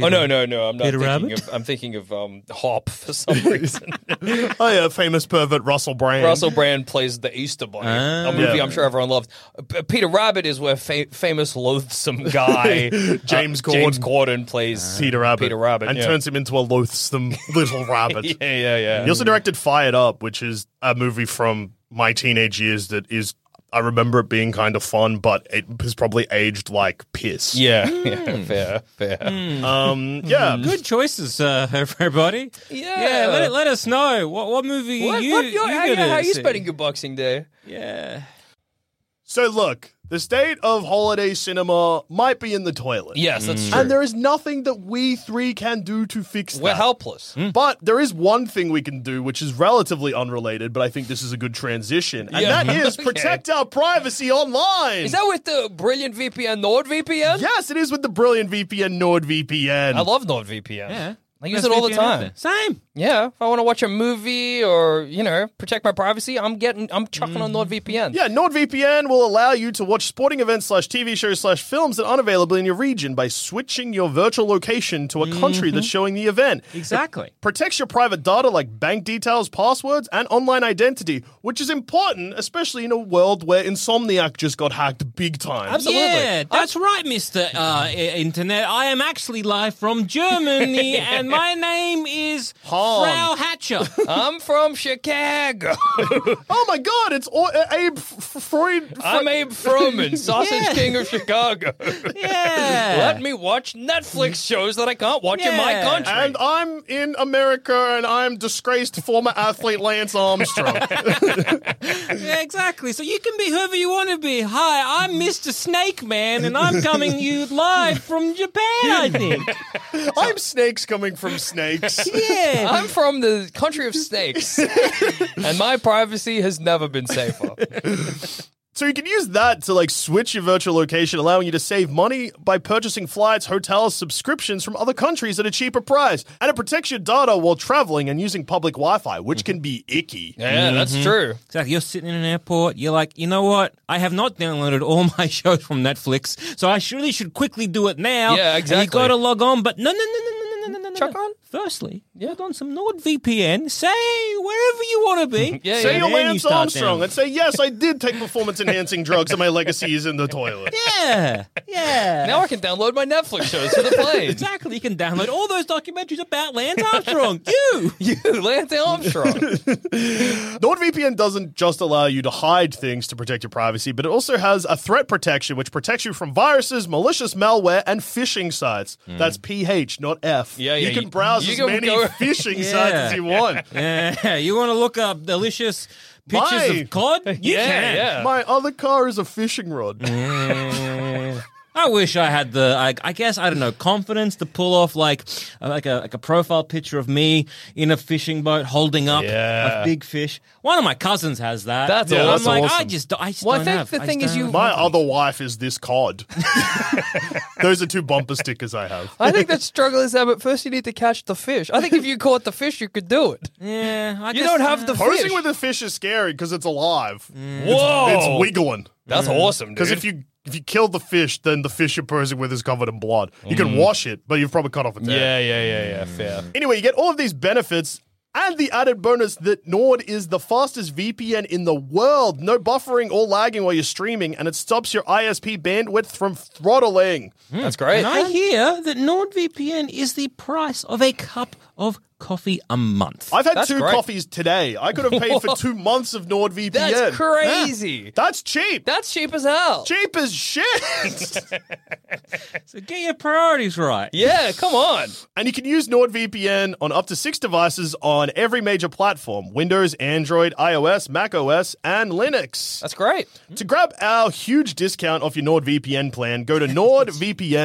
oh no, no, no! I'm not
Peter
thinking
Rabbit?
of. I'm thinking of um, Hop for some reason.
Oh, yeah, famous pervert Russell Brand.
Russell Brand plays the Easter Bunny,
Ah.
a movie
Yeah.
I'm sure everyone loved. P- Peter Rabbit is where fa- famous loathsome guy
James
uh, James
Corden.
Corden
Ah.
plays
Peter Rabbit.
Peter Rabbit,
And
yeah.
turns him into a loathsome little rabbit.
Yeah, yeah, yeah.
He also directed Fired Up, which is a movie from my teenage years that is, I remember it being kind of fun, but it has probably aged like piss.
yeah,
Hmm.
yeah, fair, fair.
Um, yeah.
Good choices, uh, everybody.
Yeah.
yeah. Let, it- let us know what what movie
What,
you
what, your-
you
how,
gonna
how are you
see?
spending your Boxing Day?
Yeah.
So look, the state of holiday cinema might be in the toilet.
Yes, that's true.
And there is nothing that we three can do to fix
We're
that.
helpless.
But there is one thing we can do, which is relatively unrelated, but I think this is a good transition. And
Yeah.
that is
Okay.
protect our privacy online.
Is that with the brilliant VPN NordVPN?
yes, it is with the brilliant VPN NordVPN.
I love NordVPN.
Yeah.
I use
Best
it all the
VPN out
time.
there. Same.
Yeah, if I want to watch a movie or you know protect my privacy, I'm getting I'm chucking
Hmm.
on NordVPN.
Yeah, NordVPN will allow you to watch sporting events slash TV shows slash films that aren't available in your region by switching your virtual location to a country
Mm-hmm.
that's showing the event.
Exactly.
protects your private data like bank details, passwords, and online identity, which is important, especially in a world where Insomniac just got hacked big time.
Absolutely.
Yeah, that's right, Mister uh, I- Internet. I am actually live from Germany, and my name is
Han.
Frau Hatcher.
I'm from Chicago.
Oh my god, it's all, uh, Abe F- F- Freud.
I'm Abe Froman, Sausage
Yeah.
King of Chicago.
Yeah. Mm.
Let me watch Netflix shows that I can't watch in my
Yeah.
country.
And I'm in America and I'm disgraced former athlete Lance Armstrong.
Yeah, exactly. So you can be whoever you want to be. Hi, I'm Mr. Snake Man, and I'm coming to you live from Japan, I think.
I'm snakes coming from snakes.
Yeah.
I'm from the country of snakes, and my privacy has never been safer.
So you can use that to like switch your virtual location, allowing you to save money by purchasing flights, hotels, subscriptions from other countries at a cheaper price. And it protects your data while traveling and using public Wi-Fi, which can be icky.
Yeah,
Mm-hmm.
that's true.
Exactly. You're sitting in an airport. You're like, you know what? I have not downloaded all my shows from Netflix, so I surely should quickly do it now.
Yeah,
And
exactly.
you got to log on, but no, no, no, no, no, no, no, no, no.
Chuck on?
Firstly, log on some NordVPN. Say wherever you want to be.
Yeah,
Say
yeah.
you're
And then you
Lance
start
Armstrong
down.
and say, yes, I did take performance enhancing drugs and my legacy is in the toilet.
Yeah. Yeah.
Now I can download my Netflix shows to the plane.
Exactly. You can download all those documentaries about Lance Armstrong. you.
You, Lance Armstrong.
NordVPN doesn't just allow you to hide things to protect your privacy, but it also has a threat protection which protects you from viruses, malicious malware, and phishing sites. That's PH, not F.
Hmm. Yeah,
You
yeah,
can
you-
browse
you
as
can
many
go-
phishing
Yeah.
sites as you want.
Yeah, you want to look up delicious pictures
Why?
of cod? You
yeah, Hmm.
can.
yeah.
My other car is a fishing rod.
I wish I had the, I, I guess I don't know, confidence to pull off like, uh, like a like a profile picture of me in a fishing boat holding up
Yeah.
a big fish. One of my cousins has that.
That's
And
awesome.
I'm like, I
awesome.
just, don't- I just
Well, I
don't
think
have-
the
just
thing is
don't
you-
have
My
it.
other wife is this cod. Those are two bumper stickers I have.
I think the struggle is that, but first you need to catch the fish. I think if you caught the fish, you could do it.
yeah, I
You
guess- uh,
don't have the
Posing
fish. Hmm.
with a fish is scary because it's alive.
Whoa,
It's wiggling.
That's awesome, dude.
Because Mm. if you if you kill the fish, then the fish you're posing with is covered in blood. You can wash it, but you've probably cut off its head.
yeah, yeah, yeah, Mm. yeah, fair.
Anyway, you get all of these benefits and the added bonus that Nord is the fastest VPN in the world. No buffering or lagging while you're streaming, and it stops your ISP bandwidth from throttling.
That's great.
And I hear that NordVPN is the price of a cup of coffee a month.
I've had
That's
two
great.
coffees today. I could have paid for two months of NordVPN.
That's crazy.
That's cheap.
That's cheap as hell.
cheap as shit.
so get your priorities right.
Yeah, come on.
And you can use NordVPN on up to six devices on every major platform Windows, Android, iOS, Mac OS, and Linux.
That's great.
to grab our huge discount off your NordVPN plan, go to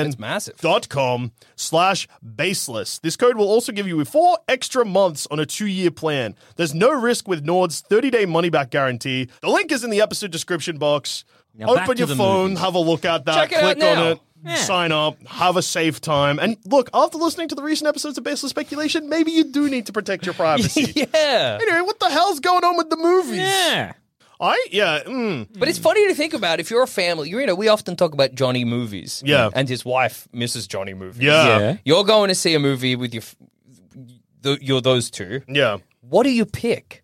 nordvpn.com slash baseless. This code will also give you four extra months on a two-year plan. There's no risk with Nord's 30-day money-back guarantee. The link is in the episode description box.
Now back
Open
to
your
the
phone,
movies.
have a look at that,
Check it
click
out now.
on it. Sign up, have a safe time. And look, after listening to the recent episodes of Baseless Speculation, maybe you do need to protect your privacy.
Yeah.
Anyway, what the hell's going on with the movies?
Yeah.
I, yeah, mm.
But it's funny to think about if you're a family. You know, we often talk about Johnny movies.
Yeah.
And his wife, Mrs. Johnny movies.
Yeah.
Yeah.
You're going to see a movie with your, f- th- you're those two.
yeah.
What do you pick?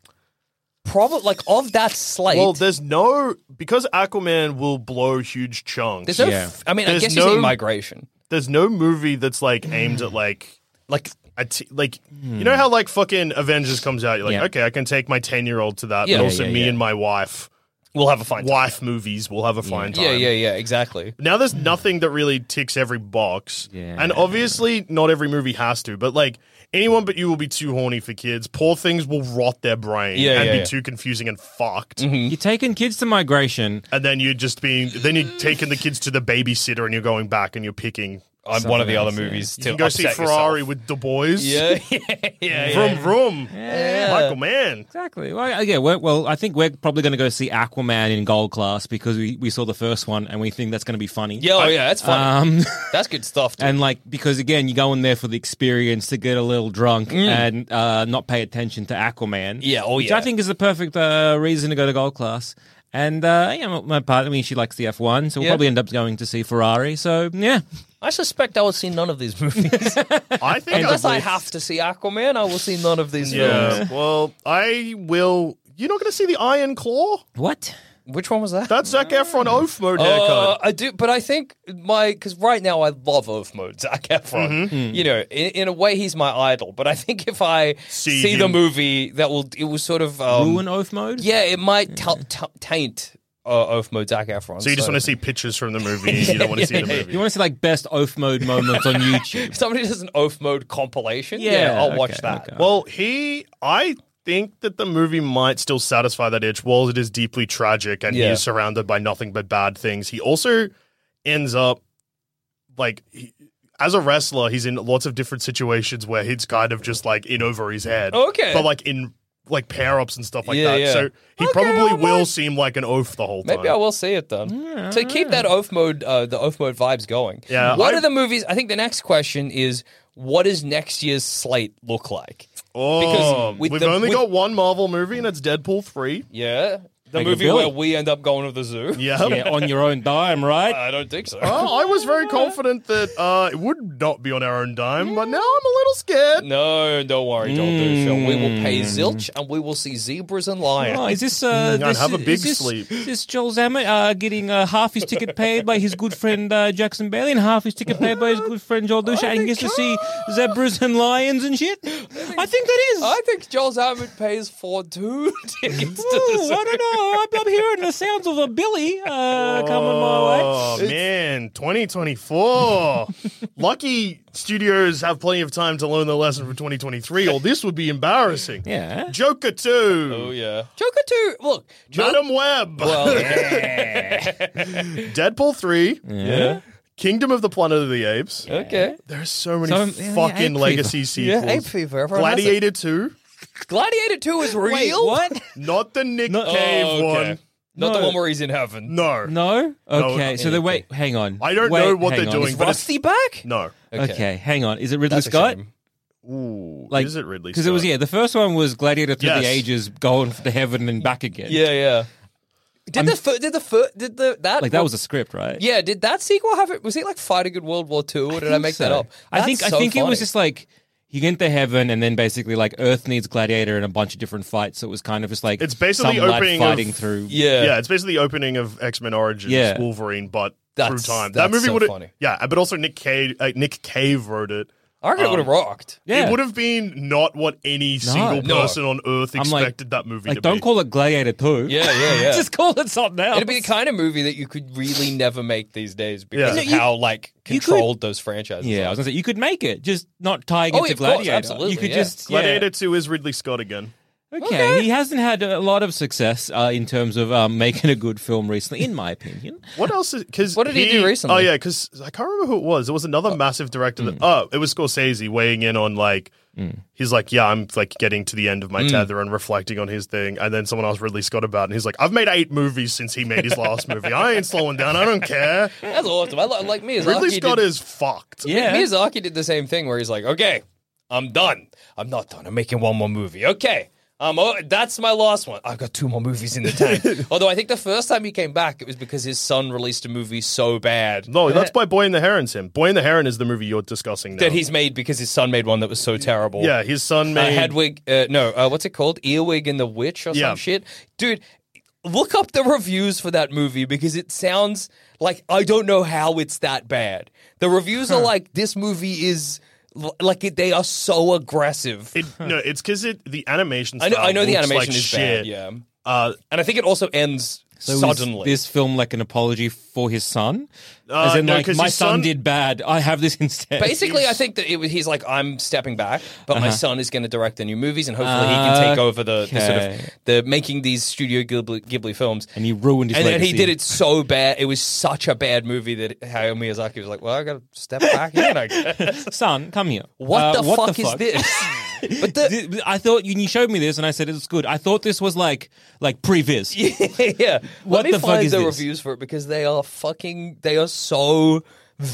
Probably like of that slate.
Well, there's no because Aquaman will blow huge chunks.
there's no.
Yeah.
F- I mean,
There's
I guess you
no-
see migration.
There's no movie that's like aimed at like
Mm. Like hmm.
a t- like you know how like fucking Avengers comes out. You're like,
Yeah.
okay, I can take my ten year old to that,
Yeah.
but
Yeah,
also
yeah,
me
yeah.
and my wife.
we'll have a fine. time.
Wife movies will have a fine time.
Yeah, yeah, yeah. Exactly.
Now there's nothing that really ticks every box,
Yeah.
and obviously not every movie has to. But like anyone but you will be too horny for kids. Poor things will rot their brain
Yeah,
and
yeah,
be
yeah. Mm-hmm.
too confusing and fucked.
You're taking kids to migration.
and then you're just being then you're taking the kids to the babysitter and you're going back and you're picking
On one of the other
else, yeah.
movies.
you
to
can go see
upset yourself.
Ferrari with Du Bois
Yeah, yeah, yeah. yeah.
vroom vroom Michael Mann
Exactly. Well, yeah. We're, well, I think we're probably going to go see Aquaman in gold class because we, we saw the first one and we think that's going to be funny.
Yeah, oh, yeah, that's funny.
Um,
that's good stuff. Dude.
and like because again, you go in there for the experience to get a little drunk and uh, not pay attention to Aquaman.
Mm. Yeah, oh,
which
yeah.
I think is the perfect uh, reason to go to gold class. And uh, yeah, my- my partner, I mean, she likes the F one, so we'll
Yeah.
probably end up going to see Ferrari. So yeah,
I suspect I will see none of these movies.
I think
Unless
I,
I have to see Aquaman, I will see none of these films.
yeah well I will you're not going to see the Iron Claw
what?
Which one was that?
that's Zac Efron oaf mode
Uh,
haircut
I do, but I think my because right now I love Earth Mode Zac Efron.
Mm-hmm.
You know, in, in a way, he's my idol. But I think if I
See
see, the
him-
movie, that will it will sort of um,
Ruin oath mode?
Yeah, it might ta- ta- taint uh, Earth Mode Zac Efron.
so you just want to see pictures from the movie you don't want to see the movie
You want to see like best oath mode moments on YouTube?
somebody does an Oath Mode compilation?
Yeah,
I'll watch
okay,
that.
okay.
well he I think that the movie might still satisfy that itch while it is deeply tragic and
Yeah.
he's surrounded by nothing but bad things he also ends up like he, as a wrestler, he's in lots of different situations where he's kind of just like in over his head.
Okay.
but like in like pair ups and stuff like
Yeah,
that.
yeah.
So he
Okay,
probably
I
will
might-
seem like an oaf the whole time.
Maybe I will see it then. so keep that off mode, uh, the off mode vibes going.
Yeah,
What
I-
are the movies? I think the next question is, what does next year's slate look like?
Oh,
because
we've
with the-
only
with-
got one Marvel movie, and it's Deadpool three.
Yeah, the
Make a
movie
Billy.
where we end up going to the zoo.
Yeah.
yeah, on your own dime, right?
I don't think so.
Oh, I was very confident that uh, it would not be on our own dime, but now I'm a little scared.
No, don't worry, don't do so. We will pay
Hmm.
zilch, and we will see zebras and lions.
Oh, is this? Uh,
Mm, I'd
this
have a
is
big
this-
sleep.
Is this Joel Zammett uh, getting uh, half his ticket paid by his good friend uh, Jackson Bailey and half his ticket paid by his good friend Joel
Oh
Dusha and gets to see zebras and lions and shit? I think that is.
I think Joel Zammett pays for two tickets to the
Ooh,
zoo.
I don't know. I'm, I'm hearing the sounds of a Billy uh, coming my way.
Oh man, 2024. Lucky studios have plenty of time to learn the lesson from 2023, or this would be embarrassing.
Yeah.
Joker 2.
Oh yeah, Joker two. Look, Oh, Jo-
Madam Web.
well,
Deadpool 3.
yeah.
Kingdom of the Planet of the Apes.
Okay.
There are so many
Oh. So- yeah, Ape
fucking
Fever.
legacy
Yeah,
sequels.
Ape Fever. everyone has it.
Gladiator 2,
Gladiator 2 is real?
what?
not the Nick
No-
Cave
Oh, okay.
one.
Not the
No.
one where he's in heaven.
No.
No. Okay.
no.
so they wait. Hang on.
I don't
Wait,
know what
hang
they're
on.
doing,
Is-
but
Rusty back?
No.
Okay. Hang on. Is it Ridley
That's a
Scott?
shame.
Ooh.
Like,
is it Ridley
Because it was
Scott?
yeah. The first one was Gladiator through the
Yes.
ages, going to heaven and back again.
Yeah, yeah. Did the fir- did the fir- did the that
Like that was a script, right?
yeah? Did that sequel have it? Was it like fighting in World War Two? Or did I,
think
make
so.
that up?
I think
That's
I
so
think it was
funny.
just like he went to heaven, and then basically like Earth needs Gladiator and a bunch of different fights. So it was kind of just like
It's basically
some lad
opening of-
fighting through.
yeah,
Yeah, it's basically the opening of X Men Origins
Yeah.
Wolverine, but through
That's-
time.
that's
that movie
so
would
funny.
have. Yeah, but also Nick Cave, uh, Nick Cave wrote it.
I reckon it would have rocked.
Yeah.
It would have been not what any single
no.
person on earth
I'm like-
expected that movie
Like
to
don't
be.
call it Gladiator Two.
Yeah, yeah, yeah.
just call it something else.
It'd be the kind of movie that you could really never make these days
Yeah.
because
No,
of
you-
how like
you could-
controlled those franchises.
yeah, I
are.
was gonna say you could make it, just not tying
Oh,
it to
of course,
Gladiator.
absolutely,
you could
yeah.
just yeah.
Gladiator Two is Ridley Scott again.
Okay. he hasn't had a lot of success uh, in terms of um, making a good film recently, in my opinion.
What else? Is, cause
What did he do recently? Uh, mm.
Oh yeah, because I can't remember who it was. It was another massive director. That, oh, it was Scorsese weighing in on like he's like, yeah, I'm like getting to the end of my tether and reflecting on his thing. And then someone asked Ridley Scott about, it, and he's like, I've made eight movies since he made his last movie. I ain't slowing down. I don't care.
that's awesome. I li- like Miyazaki.
Ridley
did-
Scott is fucked.
Yeah.
Miyazaki did the same thing where he's like, okay, I'm done. I'm not done. I'm making one more movie. Okay. Um, oh, that's my last one. I've got two more movies in the tank. Although I think the first time he came back, it was because his son released a movie so bad
No, that's by Boy and the Heron's him. Boy and the Heron is the movie you're discussing now.
that he's made because his son made one that was so terrible.
yeah, his son
Uh,
made
Hedwig, uh, no, uh, what's it called? Earwig and the Witch or
Yeah.
some shit. Dude, look up the reviews for that movie because it sounds like I don't know how it's that bad. The reviews are like, this movie is l- like it, they are so aggressive.
It, no, it's because it the animation.
I know, I know the
looks
animation
like
is
shit.
bad, yeah.
Uh,
And I think it also ends
So
suddenly.
is this film like an apology for his son?
Uh,
As in,
no,
like,
'cause
my son,
his son-
did bad. I have this Uh-huh. instead.
Basically, I think that it was, he's like, I'm stepping back, but my son is going to direct the new movies, and hopefully he can take over the, the sort of
Uh, Okay.
the making these Studio Ghibli, Ghibli films.
And he ruined his
and then he
legacy.
did it so bad; it was such a bad movie that Hayao Miyazaki was like, "Well, I got to step back in." I guess.
son, come here.
What,
Uh,
the, fuck is this? but the,
Th- I thought you, you showed me this, and I said it's good. I thought this was like like previs.
yeah. Let
What
me
the fuck
find
is
the
this?
reviews for it because they are fucking. They are so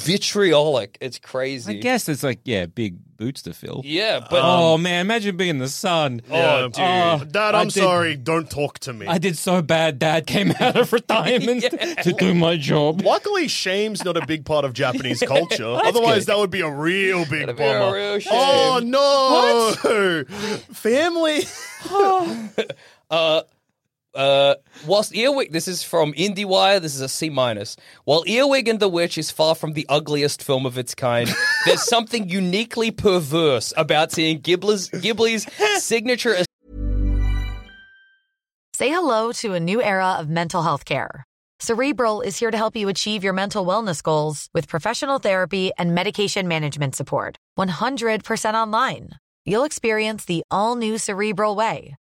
vitriolic. It's crazy.
I guess it's like yeah, big boots to fill.
Yeah, but
oh man, imagine being the son.
yeah.
dude. Oh,
Dad,
I
I'm
did-
sorry. Don't talk to me.
I did so bad. Dad came out of retirement to do my job.
Luckily, shame's not a big part um, of Japanese culture. Otherwise, that would be a real big
That'd be a
bummer.
real shame.
Oh no, family.
Oh.
Uh, whilst Earwig, this is from IndieWire, this is a C minus. While Earwig and the Witch is far from the ugliest film of its kind, there's something uniquely perverse about seeing Ghibli's, Ghibli's signature
Say hello to a new era of mental health care. Cerebral is here to help you achieve your mental wellness goals with professional therapy and medication management support. 100% online. You'll experience the all new Cerebral Way,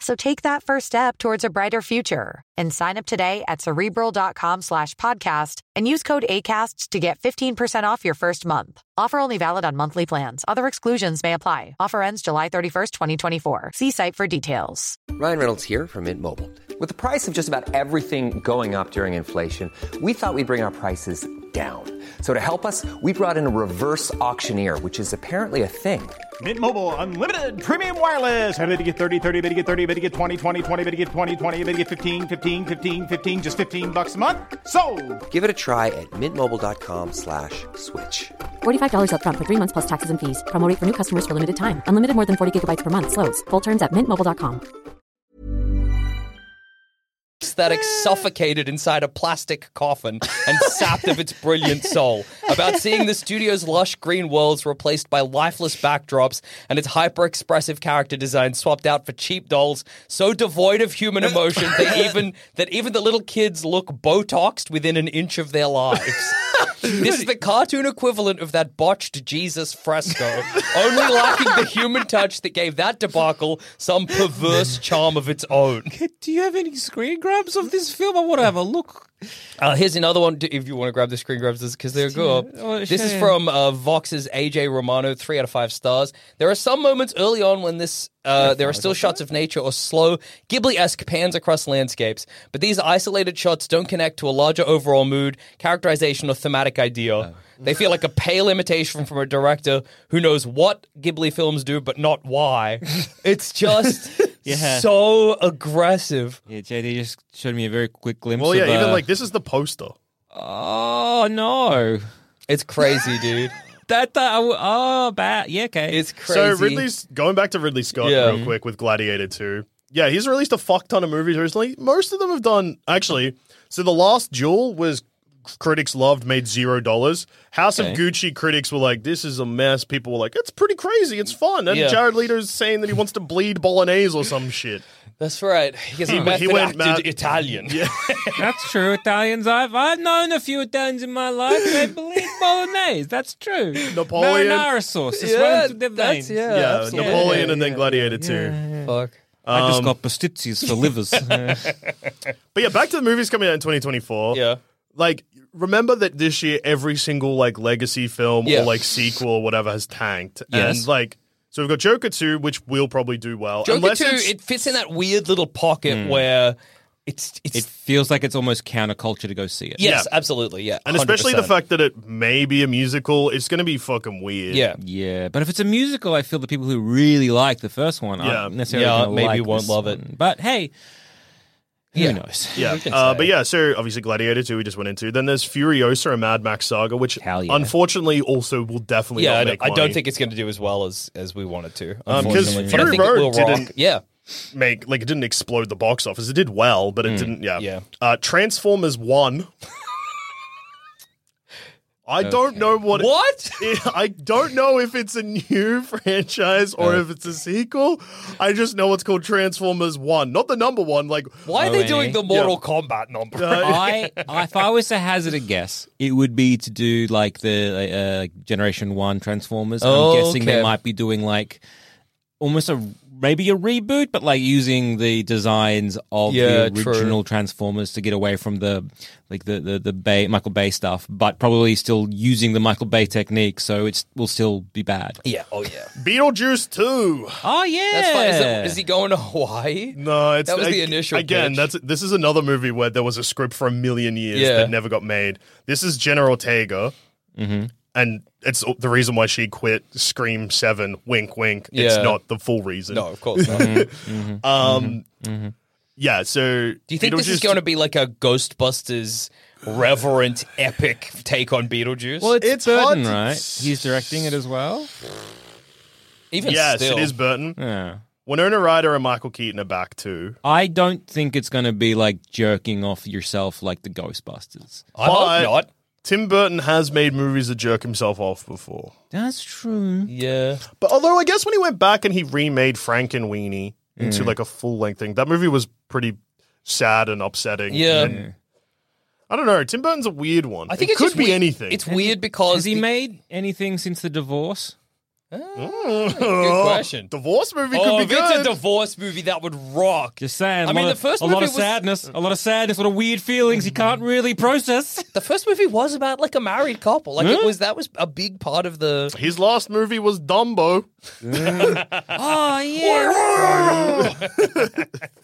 So take that first step towards a brighter future and sign up today at cerebral.com slash podcast and use code ACAST to get 15% off your first month. Offer only valid on monthly plans. Other exclusions may apply. Offer ends July 31st, 2024. See site for details.
Ryan Reynolds here from Mint Mobile. With the price of just about everything going up during inflation, we thought we'd bring our prices down. So to help us, we brought in a reverse auctioneer, which is apparently a thing.
Mint Mobile unlimited premium wireless. Ready to get 30, 30, bit to get 30, bit to get 20, 20, 20, bit to get 20, 20, bit to get 15, 15, 15, 15, just 15 bucks a month. Sold.
Give it a try at mintmobile.com slash switch.
$45 upfront for three months plus taxes and fees. Promo rate for new customers for limited time. Unlimited more than 40 gigabytes per month. Slows. Full terms at mintmobile.com.
aesthetic suffocated inside a plastic coffin and sapped of its brilliant soul. About seeing the studio's lush green worlds replaced by lifeless backdrops and its hyper expressive character design swapped out for cheap dolls so devoid of human emotion that even that even the little kids look botoxed within an inch of their lives. This is the cartoon equivalent of that botched Jesus fresco, only lacking the human touch that gave that debacle some perverse charm of its own.
Do you have any screen grabs of this film? I want to have a look.
Uh, here's another one d- if you want to grab the screen grabs because they're good.
Oh,
this is
shame.
from uh, Vox's AJ Romano, three out of five stars. There are some moments early on when this. Uh, there are still shots of nature or slow Ghibli-esque pans across landscapes, but these isolated shots don't connect to a larger overall mood, characterization, or thematic idea. They feel like a pale imitation from a director who knows what Ghibli films do, but not why. It's just
Yeah.
so aggressive.
Yeah, JD just showed me a very quick glimpse.
Well,
of,
yeah, even
uh,
like this is the poster.
Oh no,
It's crazy, dude.
that that I w- oh bad. Yeah, okay.
It's crazy.
So Ridley's going back to Ridley Scott
Yeah. Mm-hmm.
real quick with Gladiator 2. Yeah, he's released a fuck ton of movies recently. Most of them have done actually. So the last Duel was critics loved, made zero dollars. House of
Okay.
Gucci critics were like, "This is a mess." People were like, "It's pretty crazy. It's fun." And
Yeah.
Jared Leto's saying that he wants to bleed bolognese or some shit.
That's right. Because he,
Hmm. he
method
went
acted
mad-
Italian.
That's true. Italians, I've I've known a few Italians in my life. They believe bolognese. That's true.
Napoleon.
marinara sauce. It's
Yeah,
running through their
that's-
veins.
yeah.
Yeah,
absolutely.
Napoleon
Yeah,
and then Gladiator 2.
Fuck.
I just got pastizies for livers. Uh,
But yeah, back to the movies coming out in 2024.
Yeah.
like remember that this year every single like legacy film
Yeah.
or like sequel or whatever has tanked
Yes.
and like so we've got joker 2 which will probably do well
Joker
unless
2,
it's- Hmm.
it fits in that weird little pocket where it's it's
it feels like it's almost counterculture to go see it.
yes,
yeah.
absolutely, yeah.
and especially the
100%.
fact that it may be a musical it's gonna be fucking weird
Yeah.
Yeah, but if it's a musical, I feel the people who really like the first one aren't
Yeah.
necessarily
Yeah,
gonna
maybe
like
won't
this
love it.
one. But hey, who
Yeah.
knows?
yeah, uh, but yeah. So obviously, Gladiator Two we just went into. Then there's Furiosa, a Mad Max saga, which
Hell yeah.
unfortunately also will definitely
Yeah,
not
I,
make
don't- I
money.
don't think it's going to do as well as as we wanted to.
Um, 'cause
unfortunately.
Fury
I think it
Road
will rock.
didn't-
Yeah,
make like it didn't explode the box office. It did well, but it didn't. Yeah.
yeah.
Uh, Transformers One. I don't know what.
What?
I don't know if it's a new franchise or if it's a sequel. I just know it's called Transformers One, not the number one. Like
Why are they
Oh,
doing
eh?
the Mortal Kombat number?
Uh,
I, I, if I was to hazard a guess, it would be to do like the uh, Generation One Transformers.
Oh,
I'm guessing
okay.
they might be doing like almost a maybe a reboot, but like using the designs of
Yeah,
the
true.
original Transformers to get away from the like the the, the Bay Michael Bay stuff, but probably still using the Michael Bay technique, so it will still be bad.
yeah, oh yeah.
Beetlejuice Two.
Oh yeah,
That's fine. Is, it, is he going to Hawaii?
No, it's
That was the
ag-
initial
Again,
pitch.
that's this is another movie where there was a script for a million years
Yeah.
that never got made. This is Jenna Ortega,
Mm-hmm.
and it's the reason why she quit Scream Seven. Wink, wink. It's
Yeah.
not the full reason.
No, of course not.
Mm.
Do
Um, yeah. So
you think this is going to be like a Ghostbusters reverent epic take on Beetlejuice?
well, it's,
It's
Burton,
hard to-
right? He's directing it as well.
even
Yes,
still,
it is Burton.
Yeah.
Winona Ryder and Michael Keaton are back too.
I don't think it's going to be like jerking off yourself like the Ghostbusters.
I
But-
hope not.
Tim Burton has made movies that jerk himself off before.
That's true.
Yeah.
But although I guess when he went back and he remade Frankenweenie
Mm.
into like a full length thing, that movie was pretty sad and upsetting.
Yeah.
And I don't know. Tim Burton's a weird one.
I think
it
it's
could
just
be
weird-
anything.
It's weird because
Has he
the-
made anything since the divorce?
good
question.
Divorce movie
Oh,
could
if
be good.
it's a divorce movie, that would rock.
Just saying.
I
a
mean,
lot
the
of-
first
a lot
movie
of
was-
sadness, a lot of sadness, a lot of weird feelings he can't really process.
The first movie was about like a married couple. Like it was that was a big part of the.
His last movie was Dumbo.
oh yeah.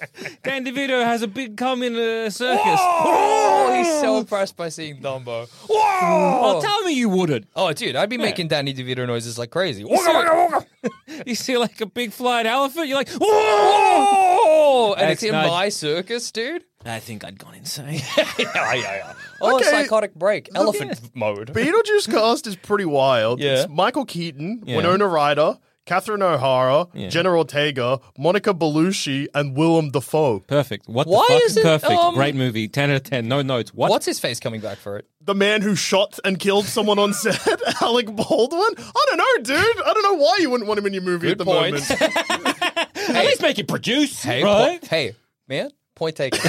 Dan DeVito has a big cum in a circus.
Oh, he's so impressed by seeing Dumbo.
Oh,
Whoa!
tell me you wouldn't.
Oh, dude, I'd be making Danny DeVito noises like crazy.
You see like a big flying elephant, you're like, whoa!
Oh, and
That's
it's in
nice.
my circus, dude.
I think I'd gone insane.
yeah, yeah, yeah. Oh,
Okay.
psychotic break, elephant mode.
Beetlejuice cast is pretty wild.
Yeah.
It's Michael Keaton,
Yeah.
Winona Ryder, Catherine O'Hara, Jenna Ortega, Monica Bellucci, and Willem Dafoe.
Perfect. What
Why
the fuck?
is it,
Perfect.
um,
Great movie. 10 out of 10. No notes. What?
What's his face coming back for it?
The man who shot and killed someone on set, Alec Baldwin. I don't know, dude. I don't know why you wouldn't want him in your movie at the
point.
moment.
At least make it produce,
Hey, po-
right?
hey, man. Point taken.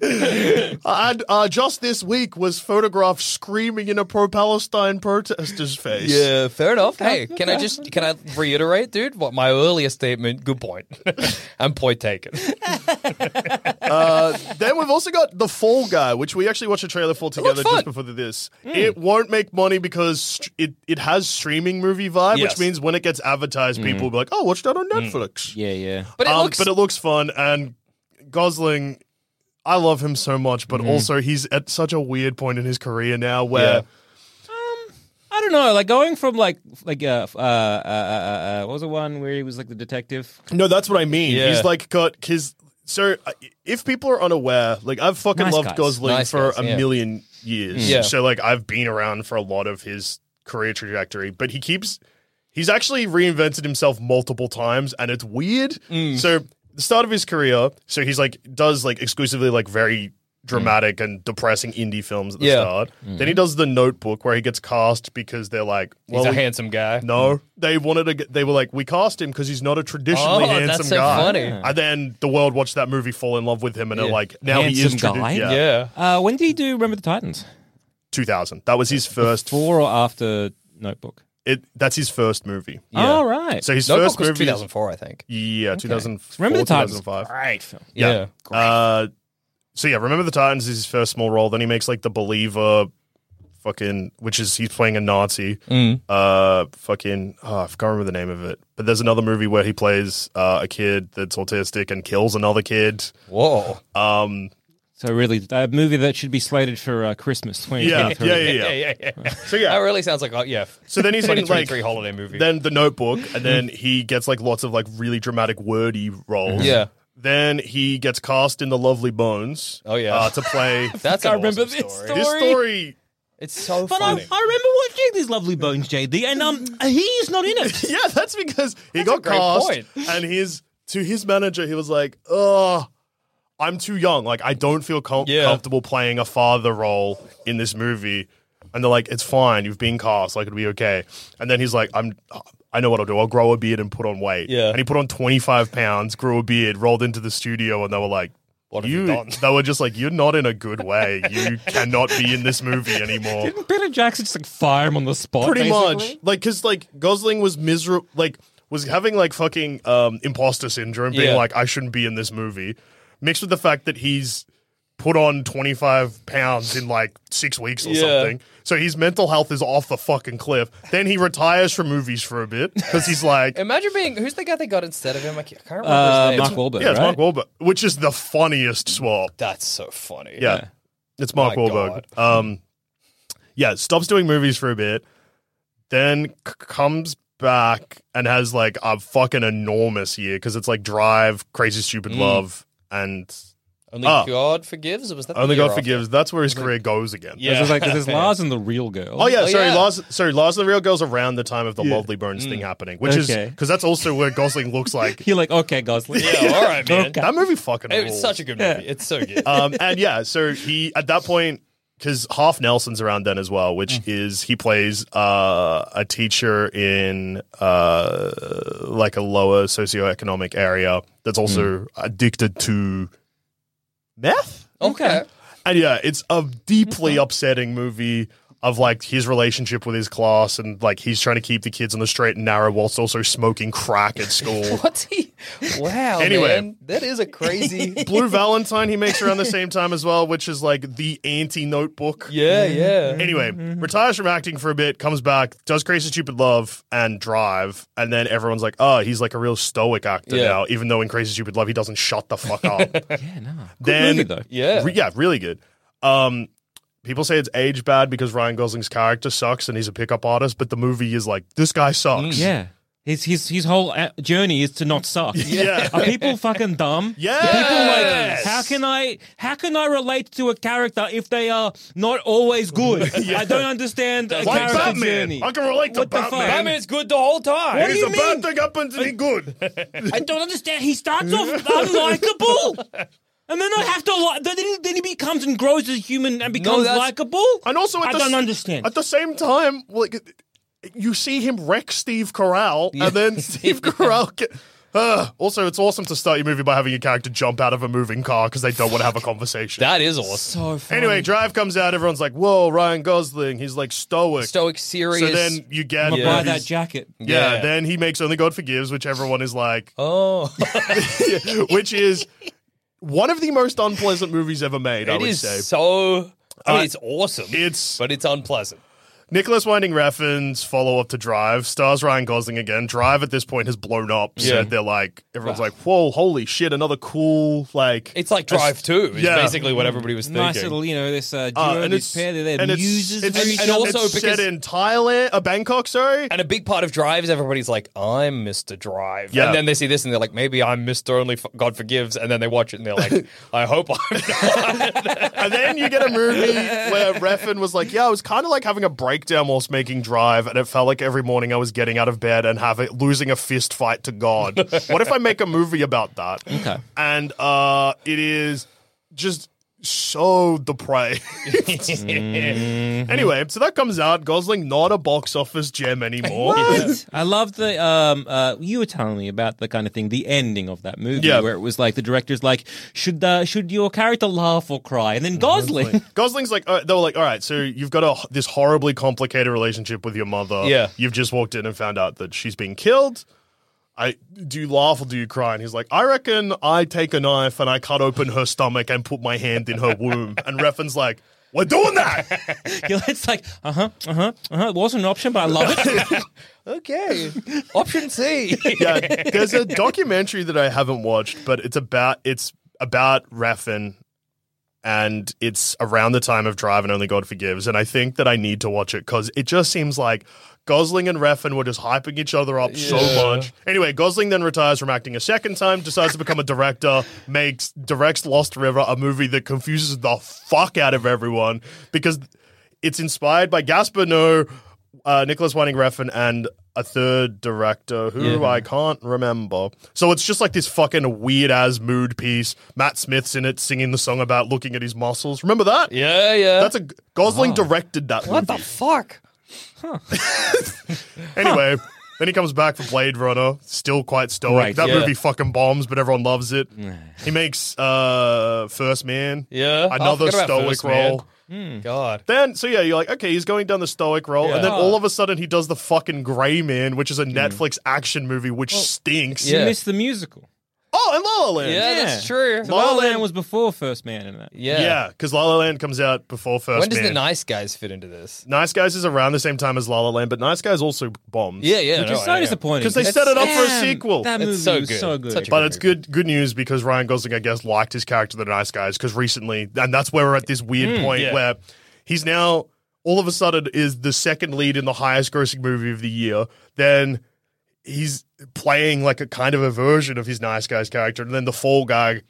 And uh, just this week was photographed screaming in a pro-Palestine protester's face.
yeah, fair enough. Hey, can I just can I reiterate, dude? What my earlier statement? Good point. and point taken.
Uh, then we've also got The Fall Guy, which we actually watched a trailer for together
fun. Mm.
just before the- this. It won't make money because st- it, it has streaming movie vibe,
Yes. Mm.
which means when it gets advertised, people will be like, oh, watch that on Netflix.
Yeah, yeah.
But it
Um,
looks.
but it looks fun. And Gosling, I love him so much, but also he's at such a weird point in his career now where.
Mm. Yeah.
I don't know. Like going from like like uh, uh, uh, uh, uh what was the one where he was like the detective?
No, that's what I mean.
Yeah.
He's like got his. So uh, if people are unaware, like I've fucking
Nice
loved
guys.
Gosling
Nice
for
guys,
a
yeah.
million years.
Yeah.
So like I've been around for a lot of his career trajectory, but he keeps. He's actually reinvented himself multiple times, and it's weird.
Mm.
So the start of his career, so he's like does like exclusively like very dramatic and depressing indie films at the
Yeah. Mm.
start. Then he does The Notebook, where he gets cast because they're like,
he's
well,
a
we-
handsome guy.
no, they wanted to. get- They were like, we cast him because he's not a traditionally
Oh, that's
handsome
so
guy.
funny.
And then the world watched that movie, fall in love with him, and they're
Yeah.
like, now he is
Handsome
tradi-
guy?
Yeah,
Yeah.
Uh, when did he do Remember the Titans?
2000. That was his first.
Before or after Notebook?
It that's his first movie.
Yeah.
All right.
So his
Notebook
first
was
movie. is-
2004, I think.
Yeah, 2004,
Remember the Titans.
2005.
Great film.
Yeah. Uh, so yeah, remember the Titans is his first small role. Then he makes like the Believer, fucking, which is he's playing a Nazi.
Mm.
Uh, fucking, oh, I can't remember the name of it. But there's another movie where he plays uh, a kid that's autistic and kills another kid.
Whoa.
Um,
So really, a movie that should be slated for uh, Christmas
yeah,
2023.
yeah, yeah, yeah.
yeah, yeah.
So yeah,
That really sounds like, oh, yeah.
So then he's in, like-
2023 holiday movie.
then the Notebook, and then
Mm.
he gets like lots of like really dramatic wordy roles.
Yeah.
Then he gets cast in The Lovely Bones.
Oh, yeah.
uh, to play.
That's
I
an
remember
awesome
this
story.
His story
It's so
But I, I
funny.
remember watching these lovely bones, JD, and um, he's not in it.
yeah, that's because he
That's a
got
great
cast,
point.
and his to his manager, he was like, "Ugh, I'm too young. Like, I don't feel com-
Yeah.
comfortable playing a father role in this movie." And they're like, "It's fine. You've been cast. Like, it'll be okay." And then he's like, "I'm." I know what I'll do. I'll grow a beard and put on weight.
Yeah.
And he put on 25 pounds, grew a beard, rolled into the studio, and they were like,
What have you
you,
done?
They were just like, You're not in a good way. You cannot be in this movie anymore
Didn't Peter Jackson just like fire him on the spot?
pretty much
basically?
like because like gosling was miserable like was having like fucking um imposter syndrome being
Yeah.
like i shouldn't be in this movie mixed with the fact that he's put on 25 pounds in like six weeks or
Yeah.
something so his mental health is off the fucking cliff then he retires from movies for a bit because he's like yeah
Imagine being, who's the guy they got instead of him? I can't I can't remember
Uh,
his name.
Mark Wahlberg.
it's
right?
mark Wahlberg, which is the funniest swap
That's so funny.
Yeah. It's Mark
My
Wahlberg. Um, yeah, stops doing movies for a bit, then c- comes back and has like a fucking enormous year because it's like Drive, Crazy
Mm.
Stupid Love, and
Only
Ah.
God forgives? Or was that the
Only
year
God
after?
Forgives. That's where his career goes again.
Yeah.
There's like there's Lars and the Real Girl.
Oh yeah,
Oh,
sorry,
yeah. Mm.
Lars. Sorry, Lars and the Real Girls around the time of the Lovely Bones thing happening, which is
Okay.
because that's also where Gosling looks like.
You're like, okay, Gosling.
Yeah, all right, man.
That movie fucking.
It's
rules.
such a good movie. It's so good.
um, and yeah, so he at that point because half Nelson's around then as well,
Mm.
which is he plays uh, a teacher in uh, like a lower socioeconomic area that's also
Mm.
addicted to meth.
okay.
And yeah, it's a
Mm-hmm.
deeply upsetting movie of like his relationship with his class and like he's trying to keep the kids on the straight and narrow whilst also smoking crack at school.
What's he? Wow.
Anyway.
man. that is a crazy.
Blue Valentine he makes around the same time as well, which is like the anti notebook.
yeah, yeah.
Anyway, retires from acting for a bit, comes back, does Crazy Stupid Love and Drive, and then everyone's like, oh, he's like a real stoic actor
Yeah.
now, even though in Crazy Stupid Love he doesn't shut the fuck up.
Yeah, no. Good
Then-
movie though.
Yeah.
Re- yeah, really good. Um, people say it's age bad because Ryan Gosling's character sucks and he's a pickup artist, but the movie is like, this guy sucks.
Yeah. His his his whole uh, journey is to not suck.
Yeah.
Are people fucking dumb?
Yes.
Are People like how can I how can I relate to a character if they are not always good? I don't understand a
Like
character
Batman.
journey.
I can relate to
What the fuck?
Batman.
Batman's good the whole time.
What do
He's
you
a bad
mean?
thing happens and he's good.
I don't understand. He starts off unlikable. And then I have to li- then he, then he becomes and grows as a human and becomes
that's-
likable.
And also, at
I
the
don't
s-
understand.
At the same time, like you see him wreck Steve Corral, and then Steve Corral. Get, Ugh. also, it's awesome to start your movie by having your character jump out of a moving car because they don't want to have a conversation.
That is awesome.
so funny.
anyway, Drive comes out. Everyone's like, "Whoa, Ryan Gosling." He's like stoic.
Stoic, serious.
So then you get
I'm gonna
yeah.
buy that jacket.
Yeah,
Yeah.
Then he makes only God forgives, which everyone is like,
oh,
which is one of the most unpleasant movies ever made. I
it
would
is
say.
so. I
Uh,
mean, it's awesome.
it's-
but it's unpleasant.
Nicholas Winding Refn's follow up to Drive stars Ryan Gosling again. Drive at this point has blown up, so
Yeah.
they're like everyone's like, "Whoa, holy shit! Another cool like."
It's like Drive Two. Is
yeah.
basically what everybody was thinking.
Nice little, you know, this uh, duo,
Uh,
this pair, they're their
and it's-
muses.
it's-
for
and-
each
and
other.
also
it's set
because-
in Thailand, uh, Bangkok. Sorry,
And a big part of Drive is everybody's like, I'm Mr. Drive.
Yeah.
And then they see this and they're like, maybe I'm Mr. Only F- God Forgives. And then they watch it and they're like, I hope I'm not.
and then you get a movie where Refn was like, "Yeah, I was kind of like having a breakdown whilst making Drive, and it felt like every morning I was getting out of bed and having losing a fist fight to God. what if I make a movie about that?" Okay, and uh, it is just so depraved. Anyway, so that comes out. Gosling not a box office gem anymore.
I love the um uh you were telling me about the kind of thing the ending of that movie
Yeah.
where it was like the director's like should uh, should your character laugh or cry and then Gosling
Gosling's like uh, they were like, all right, so you've got a, this horribly complicated relationship with your mother.
Yeah.
you've just walked in and found out that she's been killed. I do you laugh or do you cry? And he's like, I reckon I take a knife and I cut open her stomach and put my hand in her womb. And Refn's like, we're doing that.
You know, it's like uh huh uh huh uh huh it wasn't an option but I love it
okay. Option C.
yeah, there's a documentary that I haven't watched, but it's about it's about Refn. And it's around the time of Drive and Only God Forgives. And I think that I need to watch it because it just seems like Gosling and Refn were just hyping each other up so much. Anyway, Gosling then retires from acting a second time, decides to become a director, makes directs Lost River, a movie that confuses the fuck out of everyone because it's inspired by Gaspar Noe, uh, Nicholas Winding Refn, and a third director who I can't remember. So it's just like this fucking weird ass mood piece. Matt Smith's in it singing the song about looking at his muscles. Remember that?
Yeah, yeah.
That's a Gosling directed that.
what the
movie.
Oh, fuck?
anyway, then he comes back for Blade Runner, still quite stoic.
Right,
that
yeah.
movie fucking bombs, but everyone loves it. he makes uh, First Man,
Yeah. Oh, I
another
forgot about
stoic
First Man.
role.
God.
Then, so yeah, you're like, okay, he's going down the stoic role, and then
Yeah.
all of a sudden he does the fucking Gray Man, which is a Netflix action movie which stinks.
you
Mm. Yeah.
missed the musical
Oh, and La La Land.
Yeah, that's true.
so La La
Marlon-
Land was before First Man in that
Yeah.
yeah, because La La Land comes out before First
When does
Man.
the Nice Guys fit into this?
nice Guys is around the same time as La La Land, but Nice Guys also bombs.
Yeah, yeah.
which
no,
is so
I know.
disappointing
'Cause they set it up for a
Damn,
sequel.
that
It's
movie
so
was
good.
so good
Such a
But it's good good news because Ryan Gosling, I guess, liked his character the Nice Guys because recently, and that's where we're at this weird point
Mm, yeah.
where he's now all of a sudden is the second lead in the highest grossing movie of the year. Then he's playing like a kind of a version of his Nice Guys character, and then the Fall Guy.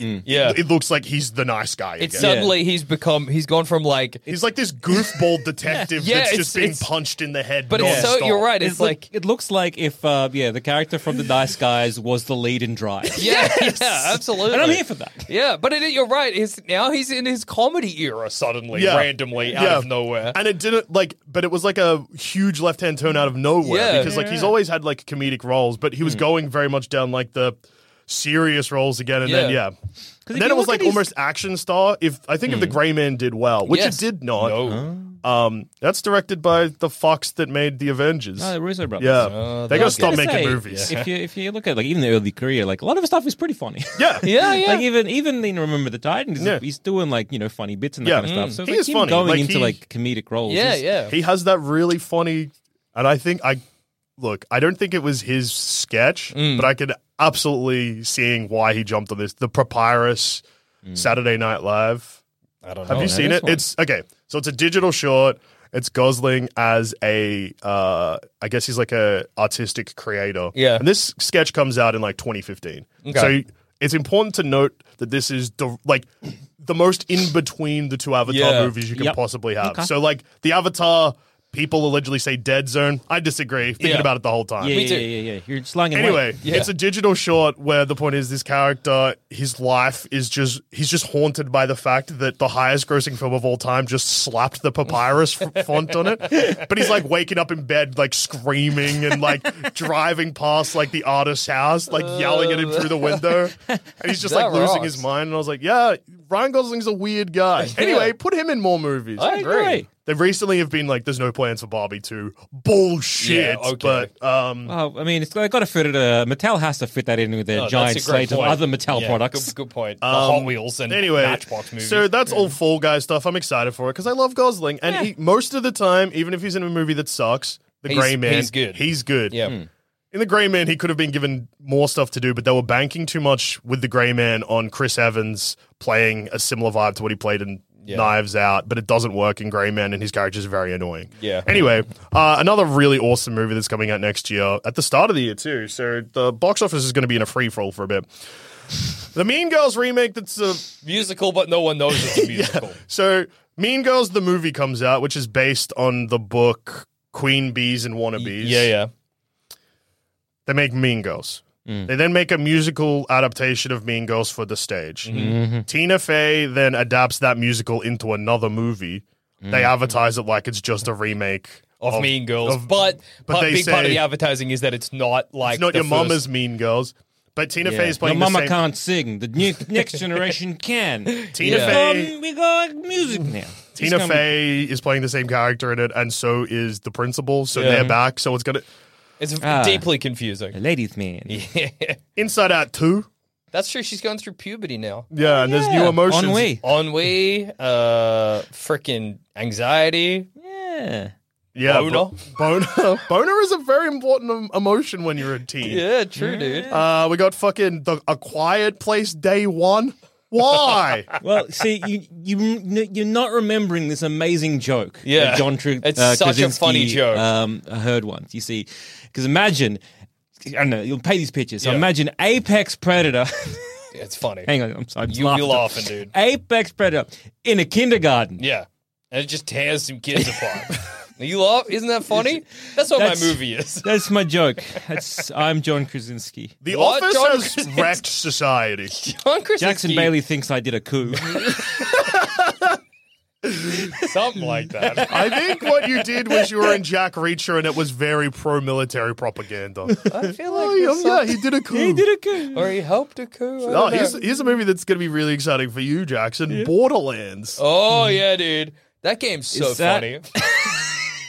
Mm. Yeah.
It looks like he's the nice guy.
It's
again.
suddenly he's become, he's gone from like,
he's like this goofball detective
Yeah,
that's
it's-
just being
it's-
punched in the head.
but it's so,
nonstop.
you're right.
it's,
It's,
like,
like,
it looks like if uh, yeah the character from the Nice Guys was the lead in Drive
yeah, yeah, absolutely.
and I'm here for that
Yeah, but it, you're right. His, now he's in his comedy era suddenly,
Yeah.
randomly, out
Yeah.
of nowhere.
And it didn't like, but it was like a huge left hand turn out of nowhere
Yeah. Hmm.
because like he's always had like comedic roles, but he was going very much down like the serious roles again, and then yeah,
Yeah.
if
and then
you
it was
look
like
at his-
almost action star. If I think if the Gray Man did well, which
Hmm. Yes.
it did not.
No.
Um, that's directed by the Fox that made the Avengers.
Ah,
Oh, the Russo brothers
yeah,
Oh,
they
that-
gotta stop
gonna
making
say,
movies.
If you if you look at like even the early career, like a lot of his stuff is pretty funny.
Yeah,
Yeah, yeah.
Like even even in Remember the Titans,
Yeah.
he's doing like you know funny bits and that
Yeah.
kind of stuff. So
He
like,
is
him
funny.
going
Like,
into
he-
like comedic roles.
yeah, Oh,
is-
yeah.
he has that really funny, and I think I look. I don't think it was his sketch,
Mm.
but I could absolutely seeing why he jumped on this. The Papyrus Saturday Night Live.
Mm. I don't
Have you
no,
seen
this
it?
one.
It's okay. So it's a digital short. It's Gosling as a, uh, I guess he's like a artistic creator.
Yeah.
And this sketch comes out in like 2015.
Okay.
So it's important to note that this is the, like the most in between the two Avatar
Yeah.
movies you can
Yep.
possibly have.
Okay.
So like the Avatar people allegedly say dead zone. I disagree. Thinking
Yeah.
about it the whole time.
Yeah,
Me
yeah,
too.
yeah, yeah, yeah. You're just lying in
Anyway,
wait.
Yeah.
it's a digital short where the point is this character, his life is just he's just haunted by the fact that the highest grossing film of all time just slapped the papyrus f- font on it. But he's like waking up in bed, like screaming and like driving past like the artist's house, like yelling at him through the window. And he's just
That
like losing
rocks.
his mind. And I was like, yeah, Ryan Gosling's a weird guy. Anyway, put him in more movies.
I agree.
They recently have been like, there's no plans for Barbie 2. Bullshit.
Yeah, okay.
But um,
Well, Oh, I mean, it's got to fit it. Uh, Mattel has to fit that in with their
No, that's
giant
a
slate
great point.
of other Mattel
Yeah,
products.
Good, good point. The Hot Wheels and
anyway,
Matchbox movies.
So that's all Fall Guy stuff. I'm excited for it because I love Gosling, and he, most of the time, even if he's in a movie that sucks, the
He's-
Gray Man,
he's good.
He's good.
yeah.
In the Gray Man, he could have been given more stuff to do, but they were banking too much with the Gray Man on Chris Evans playing a similar vibe to what he played in. Knives Out, but it doesn't work in Grey Man, and his character is very annoying.
Yeah.
Anyway, uh, another really awesome movie that's coming out next year at the start of the year too. So the box office is going to be in a free for all for a bit. The Mean Girls remake that's uh,
Musical, but no one knows it's a musical.
so, Mean Girls, the movie comes out, which is based on the book Queen Bees and Wannabes.
yeah, yeah.
They make Mean Girls.
Mm.
They then make a musical adaptation of Mean Girls for the stage.
Mm-hmm.
Tina Fey then adapts that musical into another movie. They advertise it like it's just a remake
Mm-hmm. Of, Mean Girls.
of-
but
but
but
they
big part of
say-
the advertising is that it's not like
it's not
the
your
first-
mama's Mean Girls. But Tina Fey is
Your
playing the
mama
same-
can't sing. The new, next generation can.
Tina
Yeah.
Fey.
Um, we got music now.
Tina
It's gonna
Fey is playing the same character in it, and so is the principal. So
Yeah.
they're back. So it's gonna
It's
Ah.
deeply
be a
confusing.
Ladies' man.
Inside Out two.
That's true. She's going through puberty now.
Yeah, and there's new
Yeah.
emotions.
Ennui.
Ennui, uh, freaking anxiety.
Yeah.
Yeah,
Boner.
bo- boner. boner is a very important em- emotion when you're a teen.
Yeah, true, dude.
Uh, we got fucking the a quiet place day one. Why?
Well, see, you you n- you're not remembering this amazing joke. that
Yeah.
John Tr-
It's
uh,
such a
Krasinski,
funny joke.
Um, I heard once. You see, because imagine, I don't know. You'll pay these pictures. So
Yeah.
imagine Apex Predator.
it's funny.
Hang on, I'm sorry. I'm just
You- you're
laughing.
laughing, dude.
Apex Predator in a kindergarten.
Yeah. And it just tears some kids apart. You laugh? Isn't that funny? That's what
That's-
my movie is.
That's my joke. That's I'm John Krasinski.
The
What,
office
John
has
Krasinski?
wrecked society.
John Krasinski,
Jackson Bailey thinks I did a coup.
something like that.
I think what you did was you were in Jack Reacher, and it was very pro-military propaganda.
I feel like
oh,
there's
yeah, yeah, he did a coup.
he did a coup.
or he helped a coup. I
Oh,
don't know.
here's, here's a movie that's going to be really exciting for you, Jackson. Borderlands.
oh yeah, dude, that game's so
Mm-hmm. Is that-
funny,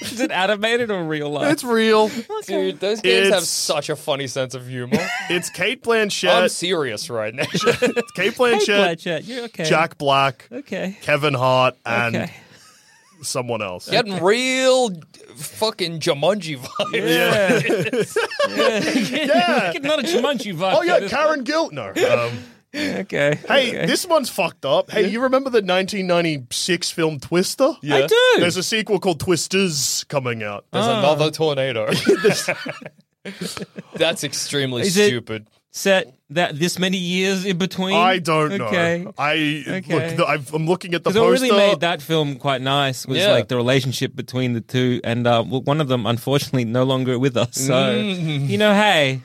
Is it animated or real life?
It's real.
dude. Those games have
It's-
such a funny sense of humor.
It's Kate
I'm
Blanchett.
serious right now.
It's
Hey,
Kate Blanchett,
Blanchett, You're okay.
Jack Black,
Okay.
Kevin Hart, and
Okay.
someone else.
Getting real fucking Jumanji vibes.
Yeah.
Yeah. Not a Jumanji vibe.
Oh yeah, Karen Gilt. No. Um,
Okay.
hey,
okay.
this one's fucked up. Hey, you remember the 1996 film Twister?
I do.
There's a sequel called Twisters coming out.
There's another tornado. That's extremely
Ah." Is it-
stupid.
set that this many years in between.
I don't
Okay.
know. I
Okay.
look. The, I've, I'm looking at the
Because what
poster.
really made that film quite nice was
Yeah.
like the relationship between the two, and uh, well, one of them unfortunately no longer with us. So
Mm.
you know, hey,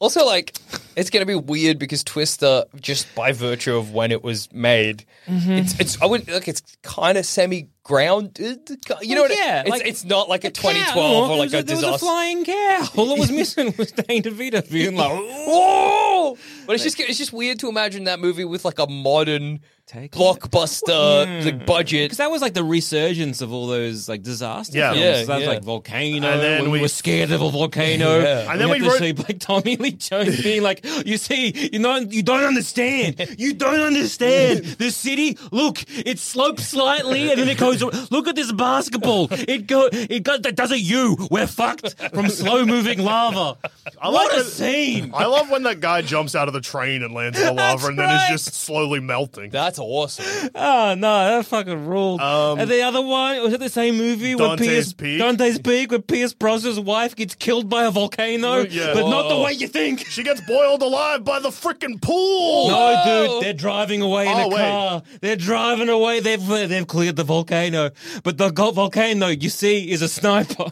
Also, like, it's going to be weird because Twister, just by virtue of when it was made,
Mm-hmm.
it's, it's I would like it's kind of semi grounded. You know,
Well,
what I-
yeah,
it's,
like
it's not like a
cow.
2012 or
There
like
was
a
there was a
disaster.
flying cow. All that was missing was Dane DeVito being like,
Whoa! But it's just it's just weird to imagine that movie with like a modern
Take on it.
blockbuster like budget.
Because that was like the resurgence of all those like disaster
Yeah.
films.
Yeah,
that was
yeah.
like volcano.
And then
we,
we-
were scared of a volcano.
Yeah.
And then we
had to
wrote-
see like Tommy Lee Jones being like, You see, you know, you don't understand. You don't understand. The city, look, it slopes slightly, and then it goes. Look at this basketball. It go. It goes. That does a U. We're fucked from slow moving lava. what
like
a
that-
scene!
I love when that guy jumps out of the train and lands in the
That's
lava and then is
right.
just slowly melting.
That's awesome.
Oh no, that fucking ruled.
Um,
and the other one was it the same movie where
Dante's
Pierce
Peak?
Dante's Peak, where Pierce Brosnan's wife gets killed by a volcano,
Yeah. Oh.
but not the
Whoa.
way you think.
she gets boiled alive by the freaking pool.
No, dude, they're driving away in
Oh,
a
wait.
car. They're driving away. They've uh, they've cleared the volcano, but the go- volcano you see is a sniper.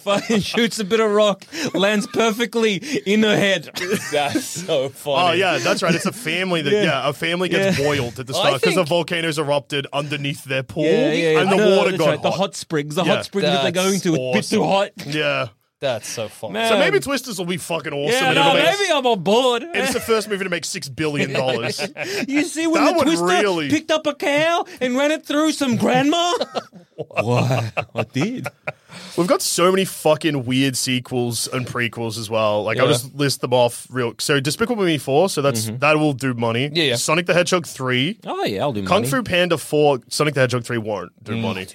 Fucking shoots a bit of rock, lands perfectly in her head.
That's so funny.
Oh yeah, that's right. It's a family that yeah, a family gets boiled at the
I
start because the
think-
volcano's erupted underneath their pool
Yeah, yeah, yeah.
and the
No,
water
that's
got
right,
hot.
the hot springs, the
Yeah.
hot springs that they're going
That's
to, a bit too hot.
Yeah.
That's so funny.
Man.
So maybe Twisters will be fucking awesome.
Yeah,
and
no,
it'll make-
maybe I'm on board.
and it's the first movie to make six billion dollars.
You see when
That
the
would
twister
really-
picked up a cow and ran it through some grandma? what? I did.
We've got so many fucking weird sequels and prequels as well. Like I'll
Yeah.
just list them off real. So Despicable Me four, so that's
Mm-hmm.
that will do money.
Yeah, yeah.
Sonic the Hedgehog three,
Oh yeah, I'll do
Kung
money. Mm.
Fu Panda four, Sonic the Hedgehog three won't do money.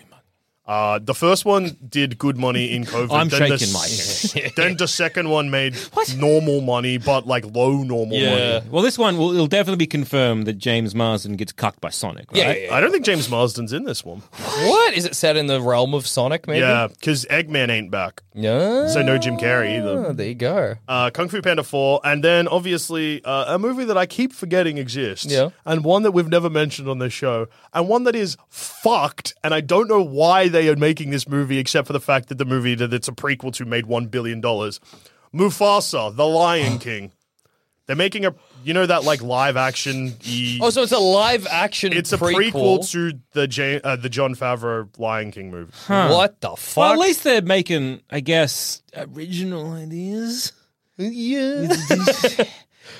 Uh, the first one did good money in COVID.
I'm
then the
shaking my
s- Then the second one made normal money, but like low normal
Yeah.
money.
Uh, Well, this one will it'll definitely be confirmed that James Marsden gets cucked by Sonic, right?
Yeah, yeah,
I don't think James Marsden's in this one.
What is it set in the realm of Sonic? Maybe.
Yeah, because Eggman ain't back.
Yeah.
So no Jim Carrey
Ah,
either.
there you go.
uh, Kung Fu Panda 4, and then obviously uh, a movie that I keep forgetting exists,
Yeah.
and one that we've never mentioned on this show, and one that is fucked, and I don't know why they are making this movie except for the fact that the movie that it's a prequel to made $1 billion. Mufasa, The Lion King. They're making a, you know, that like live action.
Oh, so it's a live action.
it's a prequel, to the J- uh, the John Favreau Lion King movie.
What the fuck?
Well, at least they're making, I guess, original ideas.
yeah.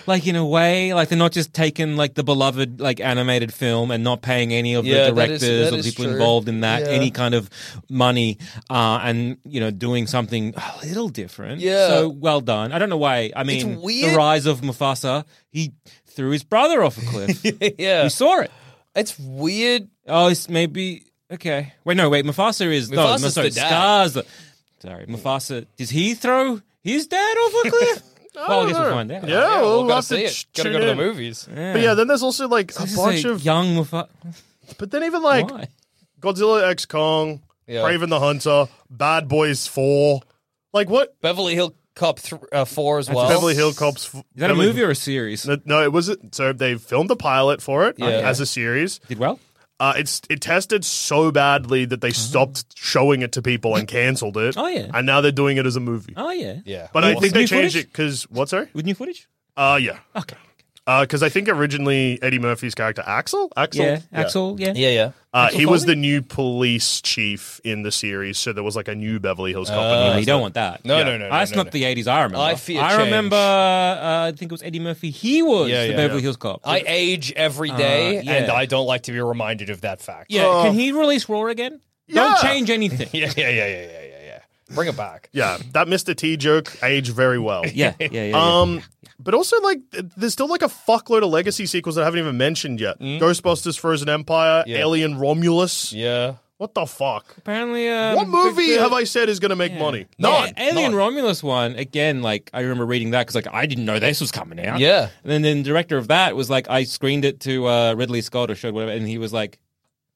Like in a way, like they're not just taking like the beloved like animated film and not paying any of
Yeah,
the
that is-
directors
that
or
is
people
true.
involved in that
Yeah.
any kind of money, uh, and you know doing something a little different.
Yeah.
So well done. I don't know why. I mean,
weird.
the rise of Mufasa. He threw his brother off a cliff.
yeah.
We saw it.
It's weird.
Oh, it's maybe okay. Wait, no, wait. Mufasa is no, no,
Mufasa's
sorry,
the dad.
Scar's. The, sorry, Mufasa. Does he throw his dad off a cliff? well, I guess we'll find out.
Yeah, Oh, we'll,
gotta
have to
see it.
ch-
Gotta
tune
go to the
in.
movies.
But yeah, then there's also like
This
a
is
bunch
a
of,
young Mufasa.
but then even like
Why?
Godzilla X Kong,
Yeah.
Craven the Hunter, Bad Boys Four. Like what?
Beverly Hill Cop th- uh, Four as well.
Beverly Hill Cops. Is
Is that a movie or a series?
No, no, it wasn't. So they filmed the pilot for it
Yeah.
as a series.
Did well.
Uh, it's it tested so badly that they stopped showing it to people and cancelled it.
Oh, yeah.
and now they're doing it as a movie.
Oh yeah.
Yeah.
But I
With
think they
new
changed
footage?
it because what? Sorry.
With new footage.
Uh, yeah.
Okay.
Because I think originally Eddie Murphy's character Axel, Axel,
Yeah, Axel. Yeah.
yeah, yeah.
Uh,
Axel
he was
Foley?
the new police chief in the series, so there was like a new Beverly Hills Cop. and he
Uh,
was
you
the-
don't want that.
No, no, no, no,
That's
no,
not
no.
the '80s. I remember.
I fear
I
change.
remember. Uh, I think it was Eddie Murphy. He was
Yeah,
the
yeah,
Beverly
yeah.
Hills Cop.
I age every day,
Uh,
and
yeah.
I don't like to be reminded of that fact.
yeah.
Oh.
can he release Roar again? Don't
Yeah.
change anything.
Oh. yeah, yeah, yeah, yeah, yeah, yeah, yeah. Bring it back.
Yeah, that Mr. T joke aged very well.
Yeah, yeah, yeah. yeah.
Um, but also like th- there's still like a fuckload of legacy sequels that I haven't even mentioned yet.
Mm.
Ghostbusters: Frozen Empire,
Yeah.
Alien Romulus.
Yeah.
What the fuck?
Apparently, um,
what movie
the-
have I said is going to make money?
Yeah,
None.
Alien
None.
Romulus one again. Like I remember reading that because like I didn't know this was coming out.
Yeah.
and then, then the director of that was like, I screened it to uh, Ridley Scott or showed whatever, and he was like,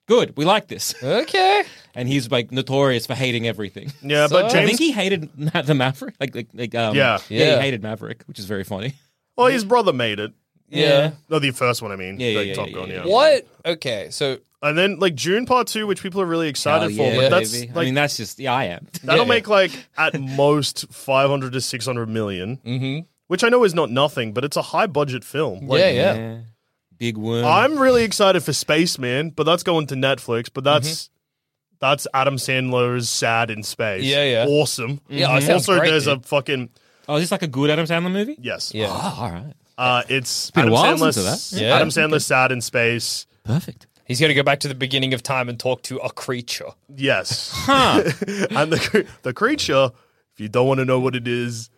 "Good, we like this."
Okay.
and he's like notorious for hating everything.
Yeah, but
I
James.
think he hated Ma- the Maverick. Like, like, like um,
Yeah.
Yeah.
He hated Maverick, which is very funny.
well, Oh, his brother made it.
Yeah.
No, the first one. I mean,
Yeah, yeah,
Like
yeah,
Top
yeah,
Gun.
yeah,
Yeah.
What? Okay. So
And then like June Part Two, which people are really excited
Hell
for.
yeah,
But that's
baby.
like
I mean, that's just yeah, I am.
That'll
Yeah.
make like at most 500 to 600 Mm-hmm. Which I know is not nothing, but it's a high budget film. Like,
yeah, yeah,
Big worm.
I'm really excited for Spaceman, but that's going to Netflix, but that's that's Adam Sandler's sad in space.
Mm-hmm. Yeah, yeah.
Awesome.
Yeah, it sounds
Also
great,
there's
dude.
a fucking
oh, is this like a good Adam Sandler movie?
yes.
yeah.
Oh, all right.
Uh it's
been a
Adam
while since
Sandler's
that.
Yeah.
Adam Sandler's sad in space.
Perfect.
He's gonna go back to the beginning of time and talk to a creature.
Yes.
Huh.
and the cre- the creature, if you don't want to know what it is,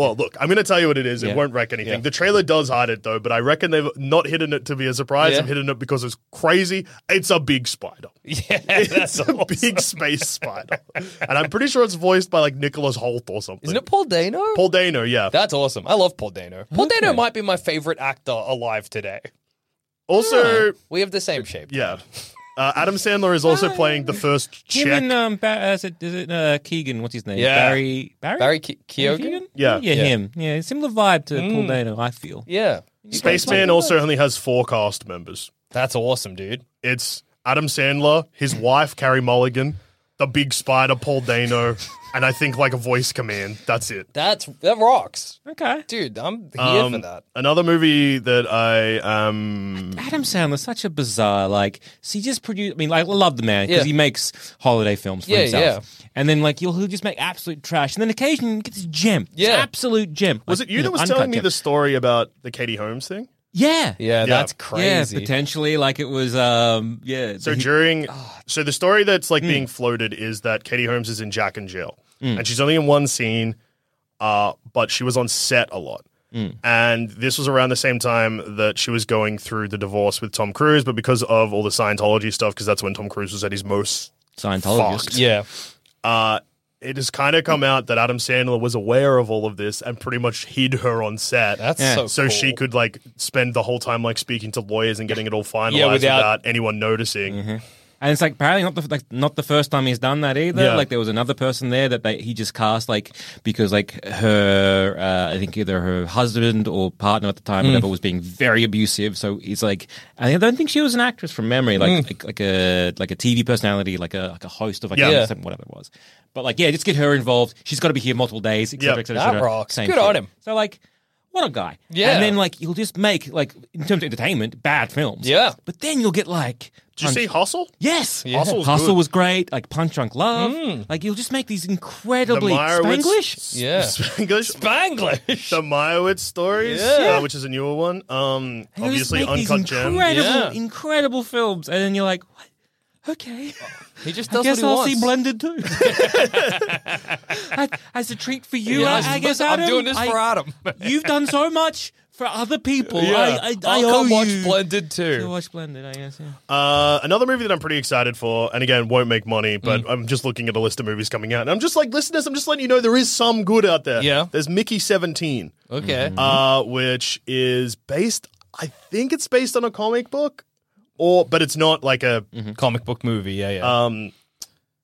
Well, look, I'm going to tell you what it is.
Yeah.
It won't wreck anything.
Yeah.
The trailer does hide it, though, but I reckon they've not hidden it to be a surprise.
Yeah.
They've hidden it because it's crazy. It's a big spider.
Yeah,
It's
that's
a
awesome.
big space spider. and I'm pretty sure it's voiced by like Nicholas Holt or something.
Isn't it Paul Dano?
Paul Dano, yeah.
That's awesome. I love Paul Dano. Paul Dano might be my favorite actor alive today.
also,
We have the same shape.
yeah. Uh, Adam Sandler is also playing the first
Him
check.
and um, ba- uh, is it, is it uh, Keegan? What's his name?
Yeah.
Barry. Barry.
Barry Ke- Keoghan?
Yeah.
yeah, Mm.
Yeah.
him. Yeah, similar vibe to Paul Dano. I feel.
Yeah.
Spaceman also only has four cast members.
That's awesome, dude.
It's Adam Sandler, his wife Carrie Mulligan, the big spider Paul Dano, and I think like a voice command. That's it.
That's that rocks.
Okay.
Dude, I'm here
Um,
for that.
Another movie that I um
Adam Sandler's such a bizarre, like, so he just produced. I mean, like, I love the man because
Yeah.
he makes holiday films for
Yeah,
himself. And then, like, you'll, he'll just make absolute trash. And then occasionally you get this gem. This
Yeah.
absolute gem.
was
Like,
it you that
know,
was
uncut
telling me
gem.
the story about the Katie Holmes thing?
Yeah.
Yeah, that's
Yeah,
crazy.
potentially. Like, it was, um, yeah.
So
he-
during,
Ah.
so the story that's like being
Hmm.
floated is that Katie Holmes is in Jack and Jill, and she's only in one scene, uh, but she was on set a lot.
Hmm.
And this was around the same time that she was going through the divorce with Tom Cruise, but because of all the Scientology stuff, because that's when Tom Cruise was at his most
Scientologist.
fucked.
yeah. Hmm.
uh, it has kind of come out that Adam Sandler was aware of all of this and pretty much hid her on set.
That's
Yeah.
so
so
cool.
she could like spend the whole time like speaking to lawyers and getting it all finalized
without- Mm-hmm.
without, anyone noticing.
And it's like apparently not the like not the first time he's done that either.
Yeah.
Like there was another person there that they, he just cast like because like her uh, I think either her husband or partner at the
Mm.
time whatever was being very abusive. So he's like and I don't think she was an actress from memory
Mm.
like like, like a like a TV personality like a like a host of like
Yeah.
yeah. whatever it was. But like yeah, just get her involved. She's got to be here multiple days. Et cetera,
Yep.
et cetera, et
That
cetera.
rocks. Good on him.
So like. What a guy!
Yeah.
and then like he'll just make like in terms of entertainment, bad films.
Yeah.
but then you'll get like
Did you
Punch-
see Hustle?
Yes, Hustle,
Hustle was good.
was great. Like Punch Drunk Love, like you'll just make these incredibly Spanglish.
Yeah.
Spanglish.
Spanglish.
the Meyerowitz stories,
Yeah.
uh, which is a newer one. Um,
and you'll just
obviously,
make these
Uncut Gem.
Incredible,
Yeah.
incredible films, and then you're like, what? Okay,
He just
I
does
guess
what he
I'll
wants.
see Blended too. I- As a treat for you,
Yeah,
I,
this
I
is-
guess
I'm
Adam,
doing this
I-
for Adam.
you've done so much for other people. I, I, I
will
owe
come watch
you
Blended
to
too.
watch Blended. I guess. Yeah.
Uh, another movie that I'm pretty excited for, and again, won't make money, but
Mm.
I'm just looking at a list of movies coming out. And I'm just like, listeners, I'm just letting you know there is some good out there.
Yeah.
There's Mickey 17,
Okay.
Mm-hmm.
uh, which is based, I think it's based on a comic book, or but it's not like a
Comic book movie. Yeah, yeah.
um,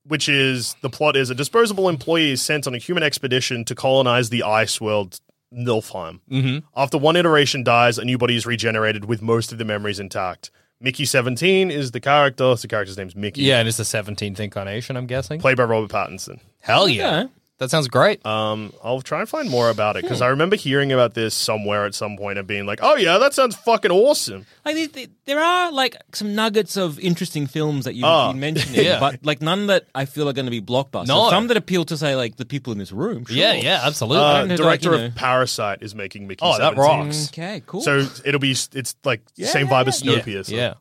which is the plot is a disposable employee is sent on a human expedition to colonize the ice world Nilfheim. Mm-hmm. After one iteration dies, a new body is regenerated with most of the memories intact. Mickey Seventeen is the character. So the character's name's Mickey.
yeah, and it's the 17th incarnation, I'm guessing.
played by Robert Pattinson.
Hell yeah.
Yeah.
That sounds great.
Um, I'll try and find more about it because
Hmm.
I remember hearing about this somewhere at some point and being like, "Oh yeah, that sounds fucking awesome."
Like they, they- there are like some nuggets of interesting films that you've
Ah.
been mentioning,
Yeah.
but like none that I feel are going to be blockbusters.
No.
Some that appeal to say like the people in this room. Sure.
Yeah, yeah, absolutely.
I
Uh,
don't know,
director
like, you
of
know.
Parasite is making Mickey.
Oh, that
17.
rocks.
Okay, Mm, cool.
So it'll be it's like same
yeah,
vibe as
yeah,
Snowpiercer.
yeah.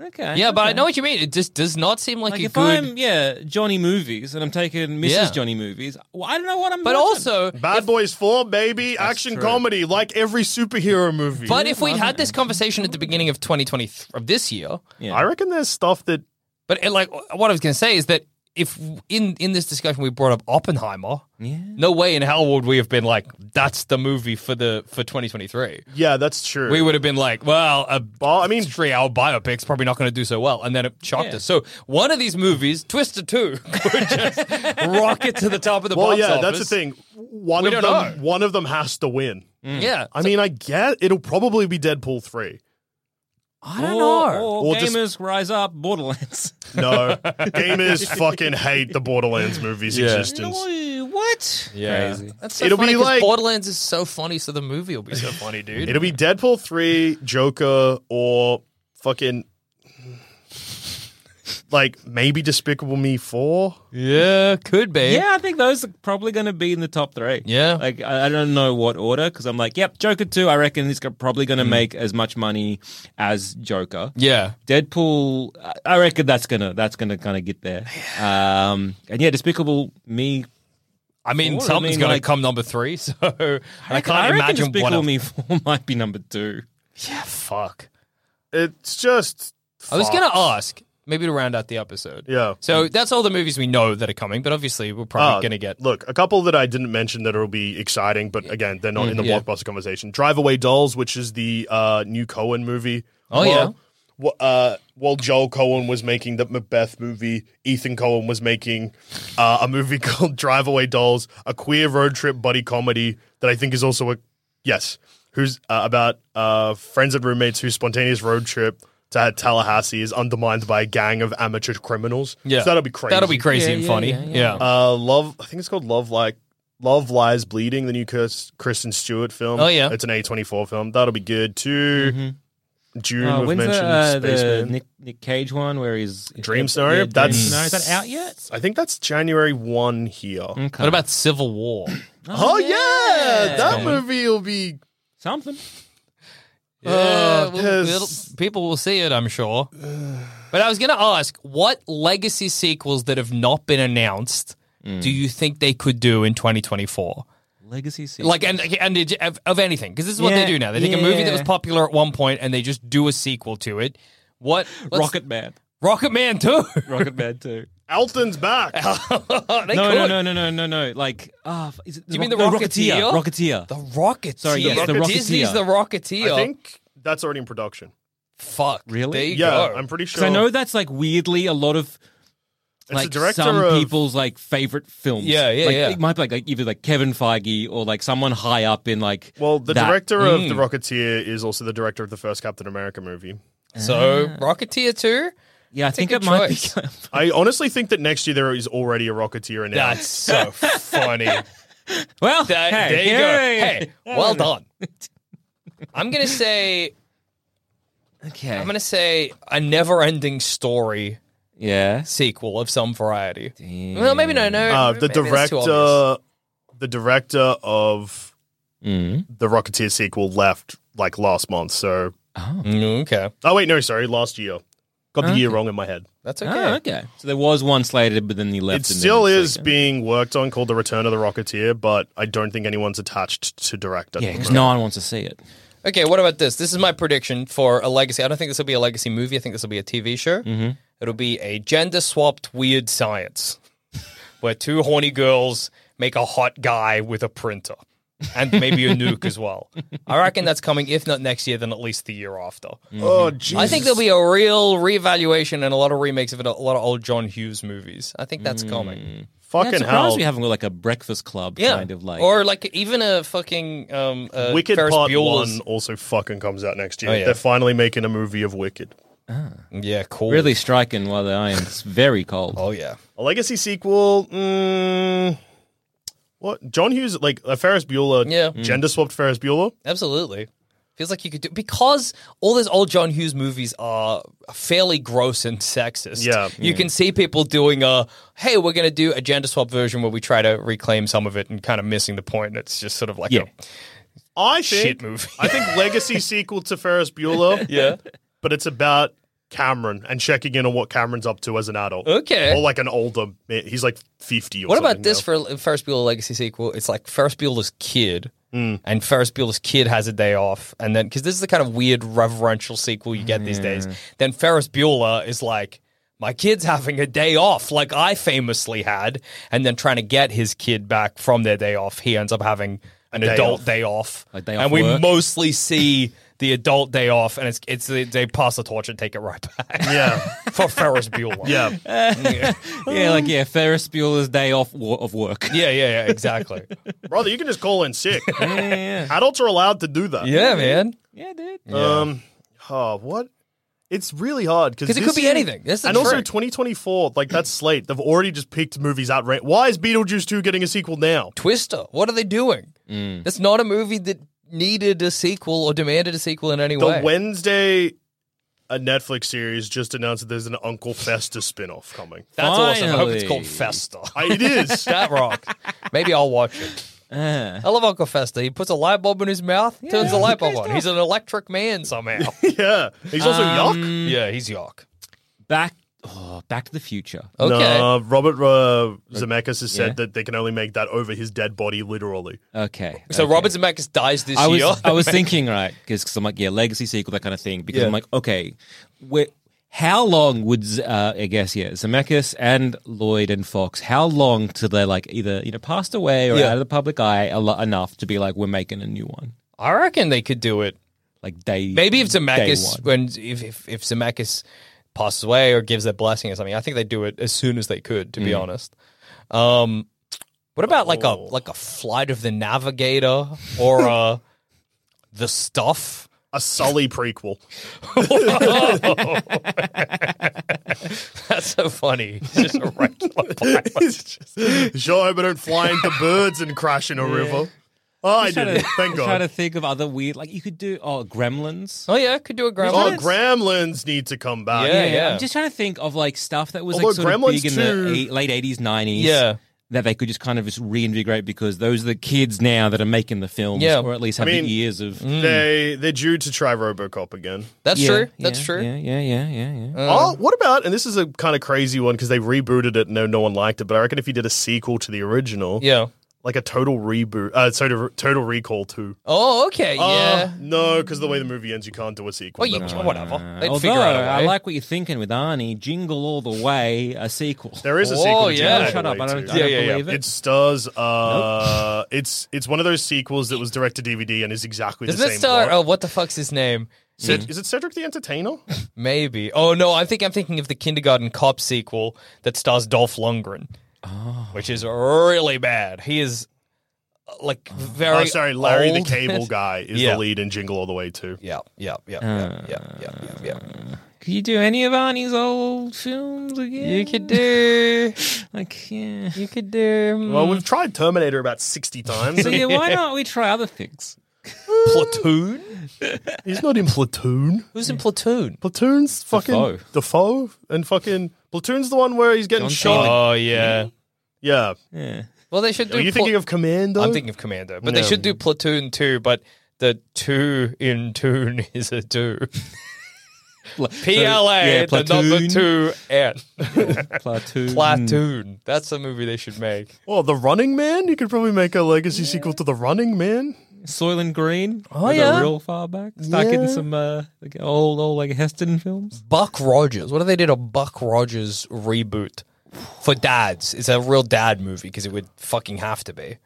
okay,
Yeah, but I
okay.
know what you mean. It just does not seem like,
Like
a
if
good.
I'm yeah Johnny movies and I'm taking Mrs.
Yeah.
Johnny movies, well, I don't know what I'm.
But
watching.
also,
Bad Boys 4, baby. Action
true.
comedy, like every superhero movie.
but if we'd had this conversation at the beginning of 2020 th- of this year,
yeah.
I reckon there's stuff that.
but uh, like what I was going to say is that if in in this discussion we brought up Oppenheimer, no way in hell would we have been like that's the movie for the for 2023.
Yeah, that's true.
We would have been like, well, a
Well, I mean-
three hour biopic's probably not going to do so well, and then it shocked
Yeah.
us. So one of these movies, Twister Two, could just rocket to the top of the
well,
box
yeah,
office.
that's the thing. One
We
of them,
don't know. Mm.
one of them has to win.
Yeah,
I mean, I get it'll probably be Deadpool three.
I don't
Or-
know. Or,
or
gamers
just-
rise up, Borderlands.
No, gamers fucking hate the Borderlands movies' existence.
No, what?
yeah.
Crazy.
That's so
It'll
funny
be
'cause
like-
Borderlands is so funny, so the movie will be so funny, dude.
It'll be Deadpool three, Joker, or fucking like maybe Despicable Me four.
yeah, could be.
Yeah, I think those are probably going to be in the top three.
Yeah.
like I, I don't know what order because I'm like, yep, Joker two. I reckon is go- probably going to make as much money as Joker.
yeah.
Deadpool, I- I reckon that's gonna that's gonna kind of get there. Um, and yeah, Despicable Me.
I mean,
Four? I
something's
mean,
going
like-
to come number three, so and I
reckon-
can't
reckon
imagine what.
Despicable
else-
Me Four might be number two.
Yeah, fuck.
It's just.
I was
fucked.
going to ask, maybe to round out the episode.
Yeah.
So that's all the movies we know that are coming, but obviously we're probably
Ah,
going to get.
Look, a couple that I didn't mention that will be exciting, but again, they're not in the
yeah.
blockbuster conversation. Drive Away Dolls, which is the uh, new Cohen movie.
Oh, yeah.
yeah. Uh, while Joel Cohen was making the Macbeth movie, Ethan Cohen was making uh, a movie called Drive Away Dolls, a queer road trip buddy comedy that I think is also a yes, who's uh, about uh, friends and roommates whose spontaneous road trip to Tallahassee is undermined by a gang of amateur criminals.
Yeah,
so that'll be crazy.
That'll be crazy
Yeah,
and
yeah,
funny.
yeah, yeah.
Yeah,
Uh, love. I think it's called Love Like Love Lies Bleeding, the new Kirst, Kristen Stewart film.
Oh, yeah. Mm-hmm.
it's an A twenty four film. That'll be good too. June
Uh,
we've
when's
mentioned
the, uh, the
Spaceman.
Nick, Nick Cage one where he's
Dream Scenario?
Yeah,
That's-
Dream Scenario. Is that out yet?
I think that's January one here.
Okay.
What about Civil War?
Oh, yeah, that
Yeah.
movie will be.
something? Uh,
Yeah, we'll-
there's-
it'll- people will see it, I'm sure. But I was going to ask, what legacy sequels that have not been announced do you think they could do in 2024?
Legacy sequel.
Like, and and it- of, of anything, because this is what
Yeah,
they do now. They take a movie that was
yeah.
popular at one point and they just do a sequel to it. What let's-
Rocket Man.
Rocket Man Two?
Rocket Man too.
Alton's back.
they
no,
could.
no, no, no, no, no, no. Like, ah, f- is it,
You mean
Rock- no,
the Rocketeer?
Rocketeer?
The Rocketeer.
Sorry, yes, The
Disney's
Rocketeer.
the Rocketeer.
I think that's already in production.
Fuck.
Really?
There you
Yeah,
go.
I'm pretty
Because
sure.
I know that's like weirdly a lot of
the
like
director
some
of-
people's like favorite films.
Yeah, yeah,
like,
yeah.
It might be like, like either like Kevin Feige or like someone high up in like.
Well, the
that. mm.
director of The Rocketeer is also the director of the first Captain America movie.
So
Ah.
Rocketeer Two.
Yeah, I think
a
it might
choice.
be.
I honestly think that next year there is already a Rocketeer announced.
That's so funny.
well,
That-
hey,
Uh, there you
yeah,
go.
yeah,
Hey, well done. I'm gonna say
yeah. Okay.
I'm gonna say a never-ending story
yeah.
sequel of some variety.
Oh,
Well, maybe no, no.
Uh, the
maybe that's too obvious.
director, the director of the Rocketeer sequel left like last month. So,
Mm, okay,
oh wait, no, sorry, last year. Got the year wrong in my head.
that's okay.
Oh, okay. So there was one slated, but then he left.
It
and then
still
it's
is
like-
being worked on, called The Return of the Rocketeer, but I don't think anyone's attached to direct it.
Yeah, because no one wants to see it.
Okay, what about this? This is my prediction for a legacy. I don't think this will be a legacy movie. I think this will be a TV show. Mm-hmm. It'll be a gender swapped weird science where two horny girls make a hot guy with a printer and maybe a nuke as well. I reckon that's coming, if not next year, then at least the year after.
Oh, Jesus.
I think there'll be a real reevaluation and a lot of remakes of it, a lot of old John Hughes movies. I think that's coming.
Yeah, I'm
fucking
surprised
hell.
we haven't got like a Breakfast Club
Yeah.
Mm, kind of like.
or like even a fucking um, uh,
Wicked
Ferris
Part
Bueller's-
One also fucking comes out next year.
Oh, yeah.
They're finally making a movie of Wicked.
Yeah, cool.
really striking while the iron's very cold.
Oh, yeah.
A legacy sequel. Mm, what John Hughes like a Ferris Bueller?
Yeah. Mm.
gender swapped Ferris Bueller.
Absolutely. Feels like you could do because all those old John Hughes movies are fairly gross and sexist.
Yeah.
You can see people doing a hey, we're gonna do a gender swap version where we try to reclaim some of it and kind of missing the point. It's just sort of like
Yeah.
I think,
Shit movie.
I think legacy sequel to Ferris Bueller.
Yeah.
but it's about Cameron and checking in on what Cameron's up to as an adult.
Okay.
or like an older. man. He's like fifty. or
What about
something
this
now.
for a Ferris Bueller Legacy sequel? It's like Ferris Bueller's kid, and Ferris Bueller's kid has a day off, and then because this is the kind of weird reverential sequel you get these days. Then Ferris Bueller is like, my kid's having a day off, like I famously had, and then trying to get his kid back from their day off, he ends up having an
day
adult
off.
day off,
A day
and
off
we
work.
mostly see. The adult day off, and it's it's they- they pass the torch and take it right back
Yeah,
for Ferris Bueller.
yeah.
Yeah, like yeah, Ferris Bueller's day off wo- of work.
yeah, yeah, yeah, exactly.
Brother, you can just call in sick. Adults are allowed to do that.
yeah, man.
Yeah, dude.
Um. Oh, what? It's really hard because
'Cause it could be anything. That's the
and also
trick.
2024, like that slate, they've already just picked movies out. Right? Why is Beetlejuice 2 getting a sequel now?
Twister. What are they doing?
Mm.
That's not a movie that needed a sequel or demanded a sequel in any
The
way.
Wednesday, a Netflix series just announced that there's an Uncle Festa spin-off coming.
That's awesome. I hope it's
Finally.
called Festa.
I- it is.
that rocks. Maybe I'll watch it.
Uh.
I love Uncle Festa. He puts a light bulb in his mouth, turns the light bulb on. He's an electric man somehow.
Um,
yeah. He's also yuck.
yeah, he's York.
Back oh, Back to the Future.
Okay.
No, Robert uh, Zemeckis has said
Yeah.
that they can only make that over his dead body, literally.
Okay.
So
okay.
Robert Zemeckis dies this
I was,
year.
I was thinking, right, because I'm like, yeah, legacy sequel, that kind of thing. Because
Yeah.
I'm like, okay, where, how long would, Z- uh, I guess, yeah, Zemeckis and Lloyd and Fox, how long till they like either, you know, passed away or
Yeah.
out of the public eye a lo- enough to be like, we're making a new one?
I reckon they could do it.
Like, day.
Maybe if
day
Zemeckis
one.
when if if, if Zemeckis passes away or gives their blessing or something, I think they do it as soon as they could. To be
Mm.
honest, um, what about like a like a flight of the Navigator or a the stuff?
A Sully prequel.
That's so funny. It's just a regular pilot.
Sure, hope I don't fly into birds and crash in a river. Oh, I didn't. Thank
I'm trying to
God.
think of other weird, like, you could do, oh, Gremlins.
Oh yeah, could do a grandma.
Oh, gremlins need to come back.
Yeah, yeah.
I'm just trying to think of like stuff that was like
Although
sort of
Gremlins
big in
2
the eight, late 80s, 90s.
Yeah.
That they could just kind of just reinvigorate because those are the kids now that are making the films,
Yeah.
or at least
I
have
mean-
the ears of.
They they're due to try RoboCop again.
that's
Yeah,
true. That's
yeah,
true. Uh,
Yeah, yeah, yeah, yeah, yeah.
oh,
Um,
what about? And this is a kind of crazy one because they rebooted it. and No, no one liked it. But I reckon if you did a sequel to the original,
Yeah.
like a total reboot, uh, total total recall too.
Oh, okay.
Uh,
Yeah.
no, because the way the movie ends, you can't do a sequel.
well, you,
Never mind.
whatever. They'd
Although
figure out eh? a way.
I like what you're thinking with Arnie, Jingle All the Way, a sequel.
There is a
Oh,
sequel. to
yeah.
Jingle
Oh, shut
All
up,
the Way,
I don't-
too.
I don't Yeah, yeah, yeah. believe it.
It stars. Uh, It's it's one of those sequels that was direct to DVD and is exactly
Doesn't
the
it
same.
star? Mm-hmm.
plot.
Oh, what the fuck's his name?
Ced- Is it Cedric the Entertainer?
Maybe. Oh no, I think I'm thinking of the Kindergarten Cop sequel that stars Dolph Lundgren,
Oh.
which is really bad. He is uh, like very.
oh, sorry, Larry
old.
the Cable Guy is
Yeah.
the lead in Jingle All the Way too.
Yeah, yeah, yeah, yeah, yeah, yeah, yeah, yeah.
Could you do any of Arnie's old films again?
You could do.
Like, yeah.
You could do.
Well, we've tried Terminator about sixty times.
So, mm, yeah, why not we try other things?
Platoon.
He's not in Platoon.
Who's in Platoon?
Platoon's fucking Defoe, and fucking Platoon's the one where he's getting
John
shot.
Cena.
Oh yeah.
Yeah.
Yeah.
Well, they should do.
Are you
Pla-
thinking of Commando?
I'm thinking of Commando, but they
No.
should do Platoon too. But the two in tune is a two. P L A,
yeah,
the number
Platoon.
two N.
Mm-hmm.
Platoon.
Platoon. That's a movie they should make.
well, The Running Man. You could probably make a legacy sequel to The Running Man.
Soylent Green.
Oh,
We go
yeah.
real far back. Start getting some uh, like old, old like Heston films.
Buck Rogers. What if they did a Buck Rogers reboot for dads? It's a real dad movie because it would fucking have to be.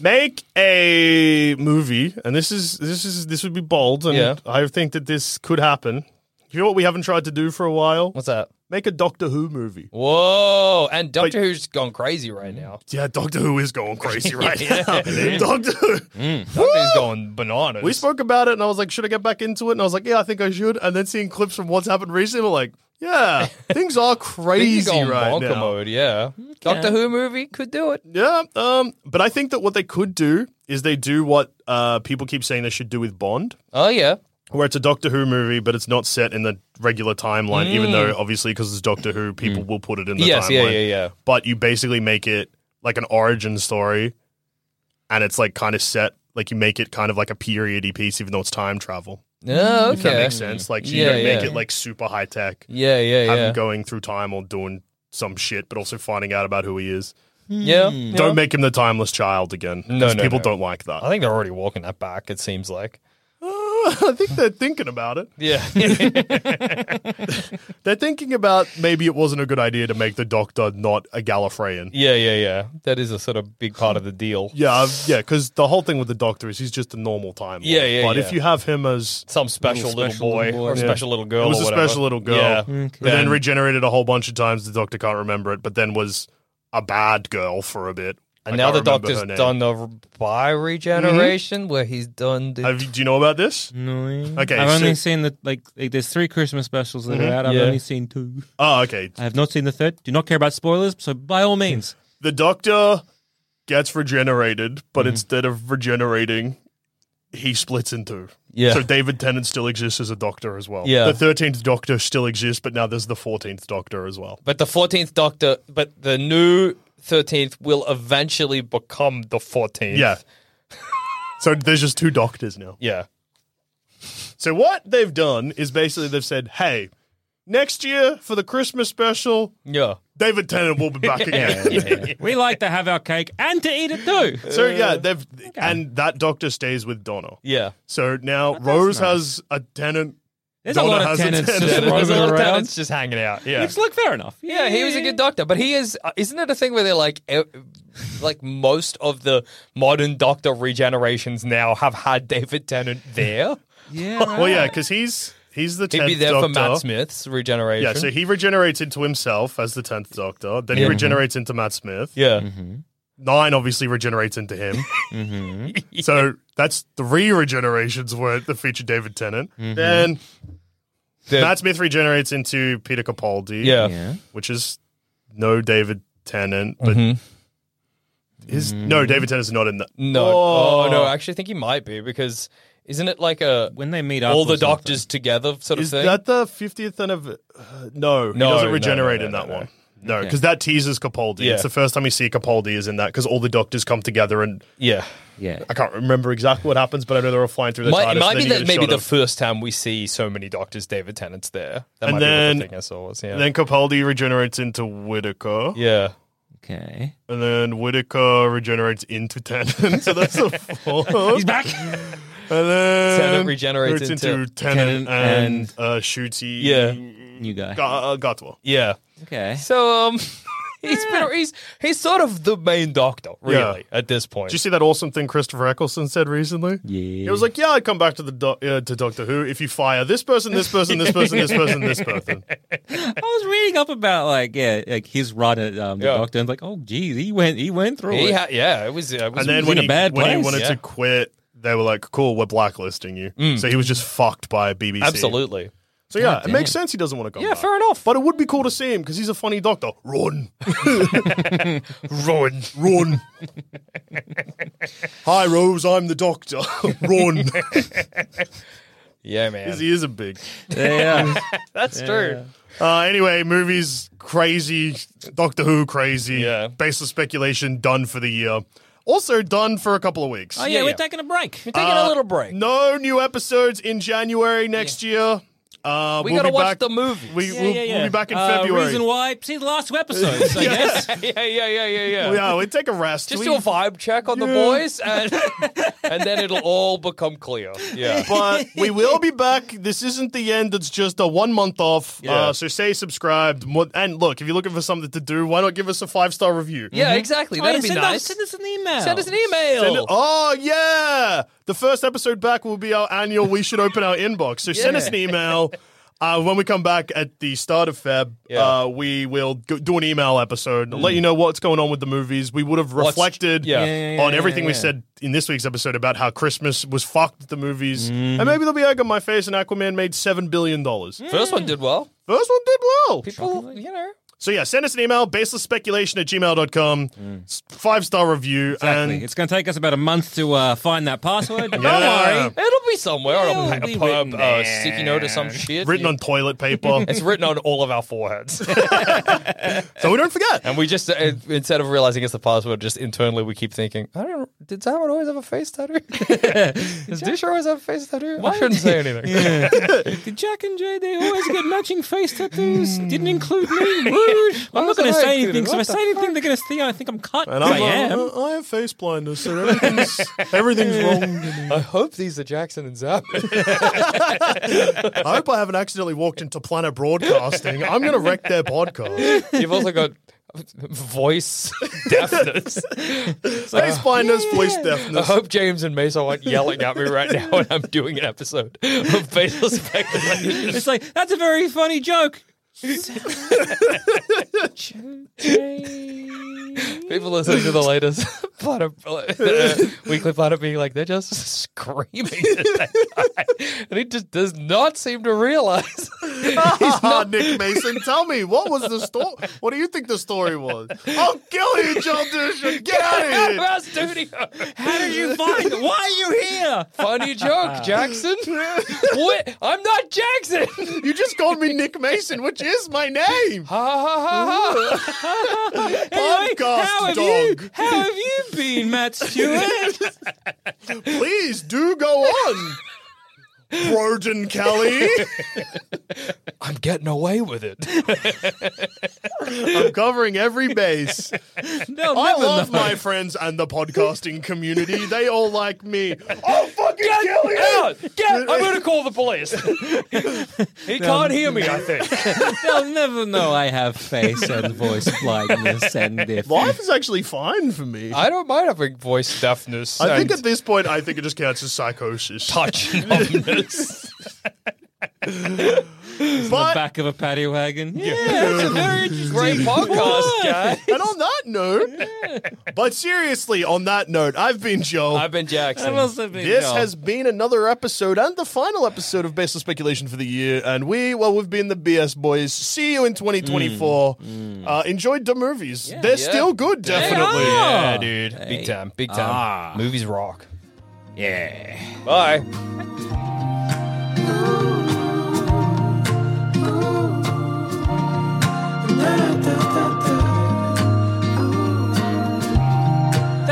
Make a movie, and this is this is this would be bold, and
Yeah.
I think that this could happen. You know what we haven't tried to do for a while?
What's that?
Make a Doctor Who movie.
Whoa! And Doctor Who's gone crazy right now.
Yeah, Doctor Who is going crazy right now. Doctor Who.
Mm, Doctor Who's going bananas.
We spoke about it, and I was like, should I get back into it? And I was like, yeah, I think I should. And then seeing clips from what's happened recently, we're like, yeah, things are
Things are
crazy
going
right
bonker
now.
mode. Yeah, Doctor Who movie could do it.
Yeah, um, but I think that what they could do is they do what uh, people keep saying they should do with Bond,
Oh yeah.
where it's a Doctor Who movie, but it's not set in the regular timeline, even though obviously because it's Doctor Who, people will put it in the
Mm. Yes,
timeline.
yeah, yeah, yeah.
But you basically make it like an origin story, and it's like kind of set. Like you make it kind of like a periody piece, even though it's time travel.
Oh, okay.
Hmm, If that makes sense. Like you
Yeah,
don't make
yeah.
it like super high tech.
Yeah, yeah,
Have
yeah.
him going through time or doing some shit, but also finding out about who he is.
yeah.
Don't make him the timeless child again.
No,
'cause
no,
people
no.
don't like that.
I think they're already walking that back. It seems like.
I think they're thinking about it.
Yeah.
They're thinking about maybe it wasn't a good idea to make the Doctor not a Gallifreyan.
yeah, yeah, yeah. That is a sort of big part of the deal.
Yeah, I've- yeah, because the whole thing with the Doctor is he's just a normal Time Lord.
Yeah, yeah,
But
yeah.
if you have him as
Some special little,
special
boy,
little boy.
or
Yeah. Mm-hmm.
special little girl.
it was
or
a
whatever.
special little girl,
Yeah.
but then regenerated a whole bunch of times. The Doctor can't remember it, but then was a bad girl for a bit. I
and now the
can't remember
doctor's
her name.
done the by regeneration,
Mm-hmm.
where he's done the.
Have you- do you know about this?
Annoying.
Okay,
I've only
so-
seen the like, like. There's three Christmas specials that are out. I've
Yeah.
only seen two.
Oh, okay.
I have not seen the third. Do not care about spoilers. So by all means,
The Doctor gets regenerated, but instead of regenerating, he splits in two.
Yeah.
So David Tennant still exists as a Doctor as well.
Yeah.
The thirteenth Doctor still exists, but now there's the fourteenth Doctor as well.
but the fourteenth Doctor, but the new thirteenth will eventually become the fourteenth.
Yeah. so there's just two Doctors now.
Yeah.
So what they've done is basically they've said, "Hey, Next year for the Christmas special,
Yeah.
David Tennant will be back again.
we like to have our cake and to eat it too.
So yeah, they've and that doctor stays with Donna.
Yeah.
So now Rose has a tenant.
There's
Donna
a lot of
has a
tenants
tenant.
just
Yeah,
There's a
roaming
lot of
around.
talents just hanging out. Yeah.
It's like fair enough.
Yeah, he was a good doctor, but he is. uh, Isn't it a thing where they're like, e- like most of the modern doctor regenerations now have had David Tennant there?
Yeah.
Well, yeah, because he's he's the
He'd
tenth
be there
doctor.
for Matt Smith's regeneration.
Yeah, so he regenerates into himself as the tenth doctor. Then he regenerates into Matt Smith.
yeah.
Nine obviously regenerates into him.
Mm-hmm.
So that's three regenerations were that feature David Tennant. Then
Mm-hmm. The-
Matt Smith regenerates into Peter Capaldi.
Yeah.
which is no David Tennant, but
Mm-hmm.
his no David Tennant's not in that.
No. Oh. no, I actually think he might be because isn't it like a
When they meet up,
all
or
the
something.
doctors together sort of
Is
thing?
that the fiftieth anniversary? Uh, no, he
No,
doesn't
no,
regenerate
no,
in
no,
that
no,
one. No, because that teases Capaldi.
Yeah.
It's the first time you see Capaldi is in that because all the doctors come together and
yeah.
Yeah.
I can't remember exactly what happens, but I know they're all flying through the
Might,
TARDIS,
it might
and
be
then you get a
that maybe
shot
the
of-
first time we see so many doctors, David Tennant's there. That
And
might be
then-
what the thing I saw was. Yeah.
and then Capaldi regenerates into Whitaker,
yeah.
Okay.
and then Whitaker regenerates into Tennant. so that's the four.
He's back.
And then
Tennant regenerates
it's
into-
Tennant
Tennant, and, uh, Shooty.
Yeah.
New guy.
Ga- uh, Gatwa.
Yeah.
Okay.
So um, he's been, he's he's sort of the main doctor, really, at this point.
Did you see that awesome thing Christopher Eccleston said recently?
Yeah.
He was like, "Yeah, I'd come back to the doc uh, to Doctor Who if you fire this person, this person, this person, this person, this person."
I was reading up about like yeah, like his run at um, the
Yeah.
doctor, and like oh geez, he went he went through
he
it.
ha- yeah, it was. Uh, it was
And then
He's in
when
a
he,
bad
when he
place,
wanted
yeah.
to quit, they were like, "Cool, we're blacklisting you." So he was just fucked by BBC.
absolutely.
So yeah, it
damn.
makes sense he doesn't want to come.
Yeah,
back.
fair enough.
But it would be cool to see him because he's a funny doctor. Run, run, run. Hi, Rose. I'm the doctor. run.
Yeah, man,
His ears are big.
yeah.
that's true.
Uh, anyway, movies crazy. Doctor Who crazy.
Yeah.
Baseless speculation done for the year. Also done for a couple of weeks.
Oh yeah,
Yeah,
we're
yeah.
taking a break.
We're taking a little break.
No new episodes in January next year. Uh,
we
will
gotta
be
watch
back-
the movies.
We, we'll, we'll be back in
Uh,
February.
Reason why? See the last two episodes. I guess.
yeah, yeah, yeah, yeah, yeah.
yeah, we take a rest.
Just
We-
do a vibe check on the
Yeah.
boys, and and then it'll all become clear. Yeah,
but we will be back. This isn't the end. It's just a one month off.
Yeah.
Uh, so stay subscribed. Mo- And look, if you're looking for something to do, why not give us a five star review?
yeah, exactly.
Oh, yeah,
That'd be
send
nice.
Us, send us an email.
Send us an email.
Send it- oh yeah! The first episode back will be our annual. We should open our inbox. So send us an email. Uh, when we come back at the start of Feb,
Yeah.
uh, we will go, do an email episode. Let
Mm.
you know what's going on with the movies. We would have reflected
yeah.
Yeah, yeah, yeah,
on
yeah,
everything we
yeah.
said in this week's episode about how Christmas was fucked with the movies,
Mm.
and maybe they'll be egg on my face. And Aquaman made seven billion dollars.
First one did well.
Mm.
First one did well.
People, you know,
So yeah, send us an email, baselessspeculation at gmail.com, five star
Mm.
review,
Exactly.
and
it's going to take us about a month to uh, find that password. but Don't
Yeah.
worry.
it'll be somewhere
Oh. It'll
on a, pa-
be
a pub,
written
uh,
there.
sticky note or some shit.
written
You-
on toilet paper.
It's written on all of our foreheads.
so we don't forget.
And we just, uh, instead of realizing it's the password, just internally we keep thinking, I don't know, did Simon always have a face tattoo? Does Disher always have a face tattoo? I shouldn't say anything.
Did Jack and JD always get matching face tattoos? Didn't include me. Rude. I'm not
was
going to
I
say
included?
anything. So if
What
I
the
say anything, they're going to think I think I'm cut.
And
I,
I'm,
am.
uh, I have face blindness, so everything's, everything's wrong. with me.
I hope these are Jackson and Zap.
I hope I haven't accidentally walked into Planet Broadcasting. I'm going to wreck their podcast.
You've also got voice deafness.
uh,
Face blindness, voice
I
deafness.
hope James and Mason aren't yelling at me right now when I'm doing an episode of Faceless Speculation.
It's like that's a very funny joke.
People listening to the latest Planet, uh, Weekly Planet being like, they're just screaming. at that guy. and he just does not seem to realize.
Nick Mason, tell me, what was the story? What do you think the story was? I'll kill you, John Dusha. Get out of
Out of
here.
our studio.
How did you find? Why are you here?
Funny joke, Jackson. what? I'm not Jackson.
You just called me Nick Mason, which is my name.
Ha ha ha ha.
Anyway,
Podcast
how have you?
dog.
How have you been, Matt Stewart?
Please do go on. Roden Kelly.
I'm getting away with it.
I'm covering every base.
No,
I
never
love
know.
my friends and the podcasting community. They all like me. I'll fucking kill you!
Out! Get! I'm going to call the police. he can't hear me. I think.
They'll never know I have face and voice blindness and if
Life is actually fine for me. I,
I don't mind having voice deafness.
think
and
at this point, I think it just counts as psychosis.
touch numbness.
the
But,
back of a paddy wagon. Yeah,
Great podcast, guy.
and on that note, but seriously, on that note, I've been Joel.
I've been Jackson.
This has been another episode and the final episode of Baseless Speculation for the year. And we, well, we've been the BS boys. See you in 2024. Uh, enjoyed the movies. They're
Mm. Yeah.
still good, definitely.
Yeah, dude. Big time. Big time. Movies rock.
yeah.
Bye.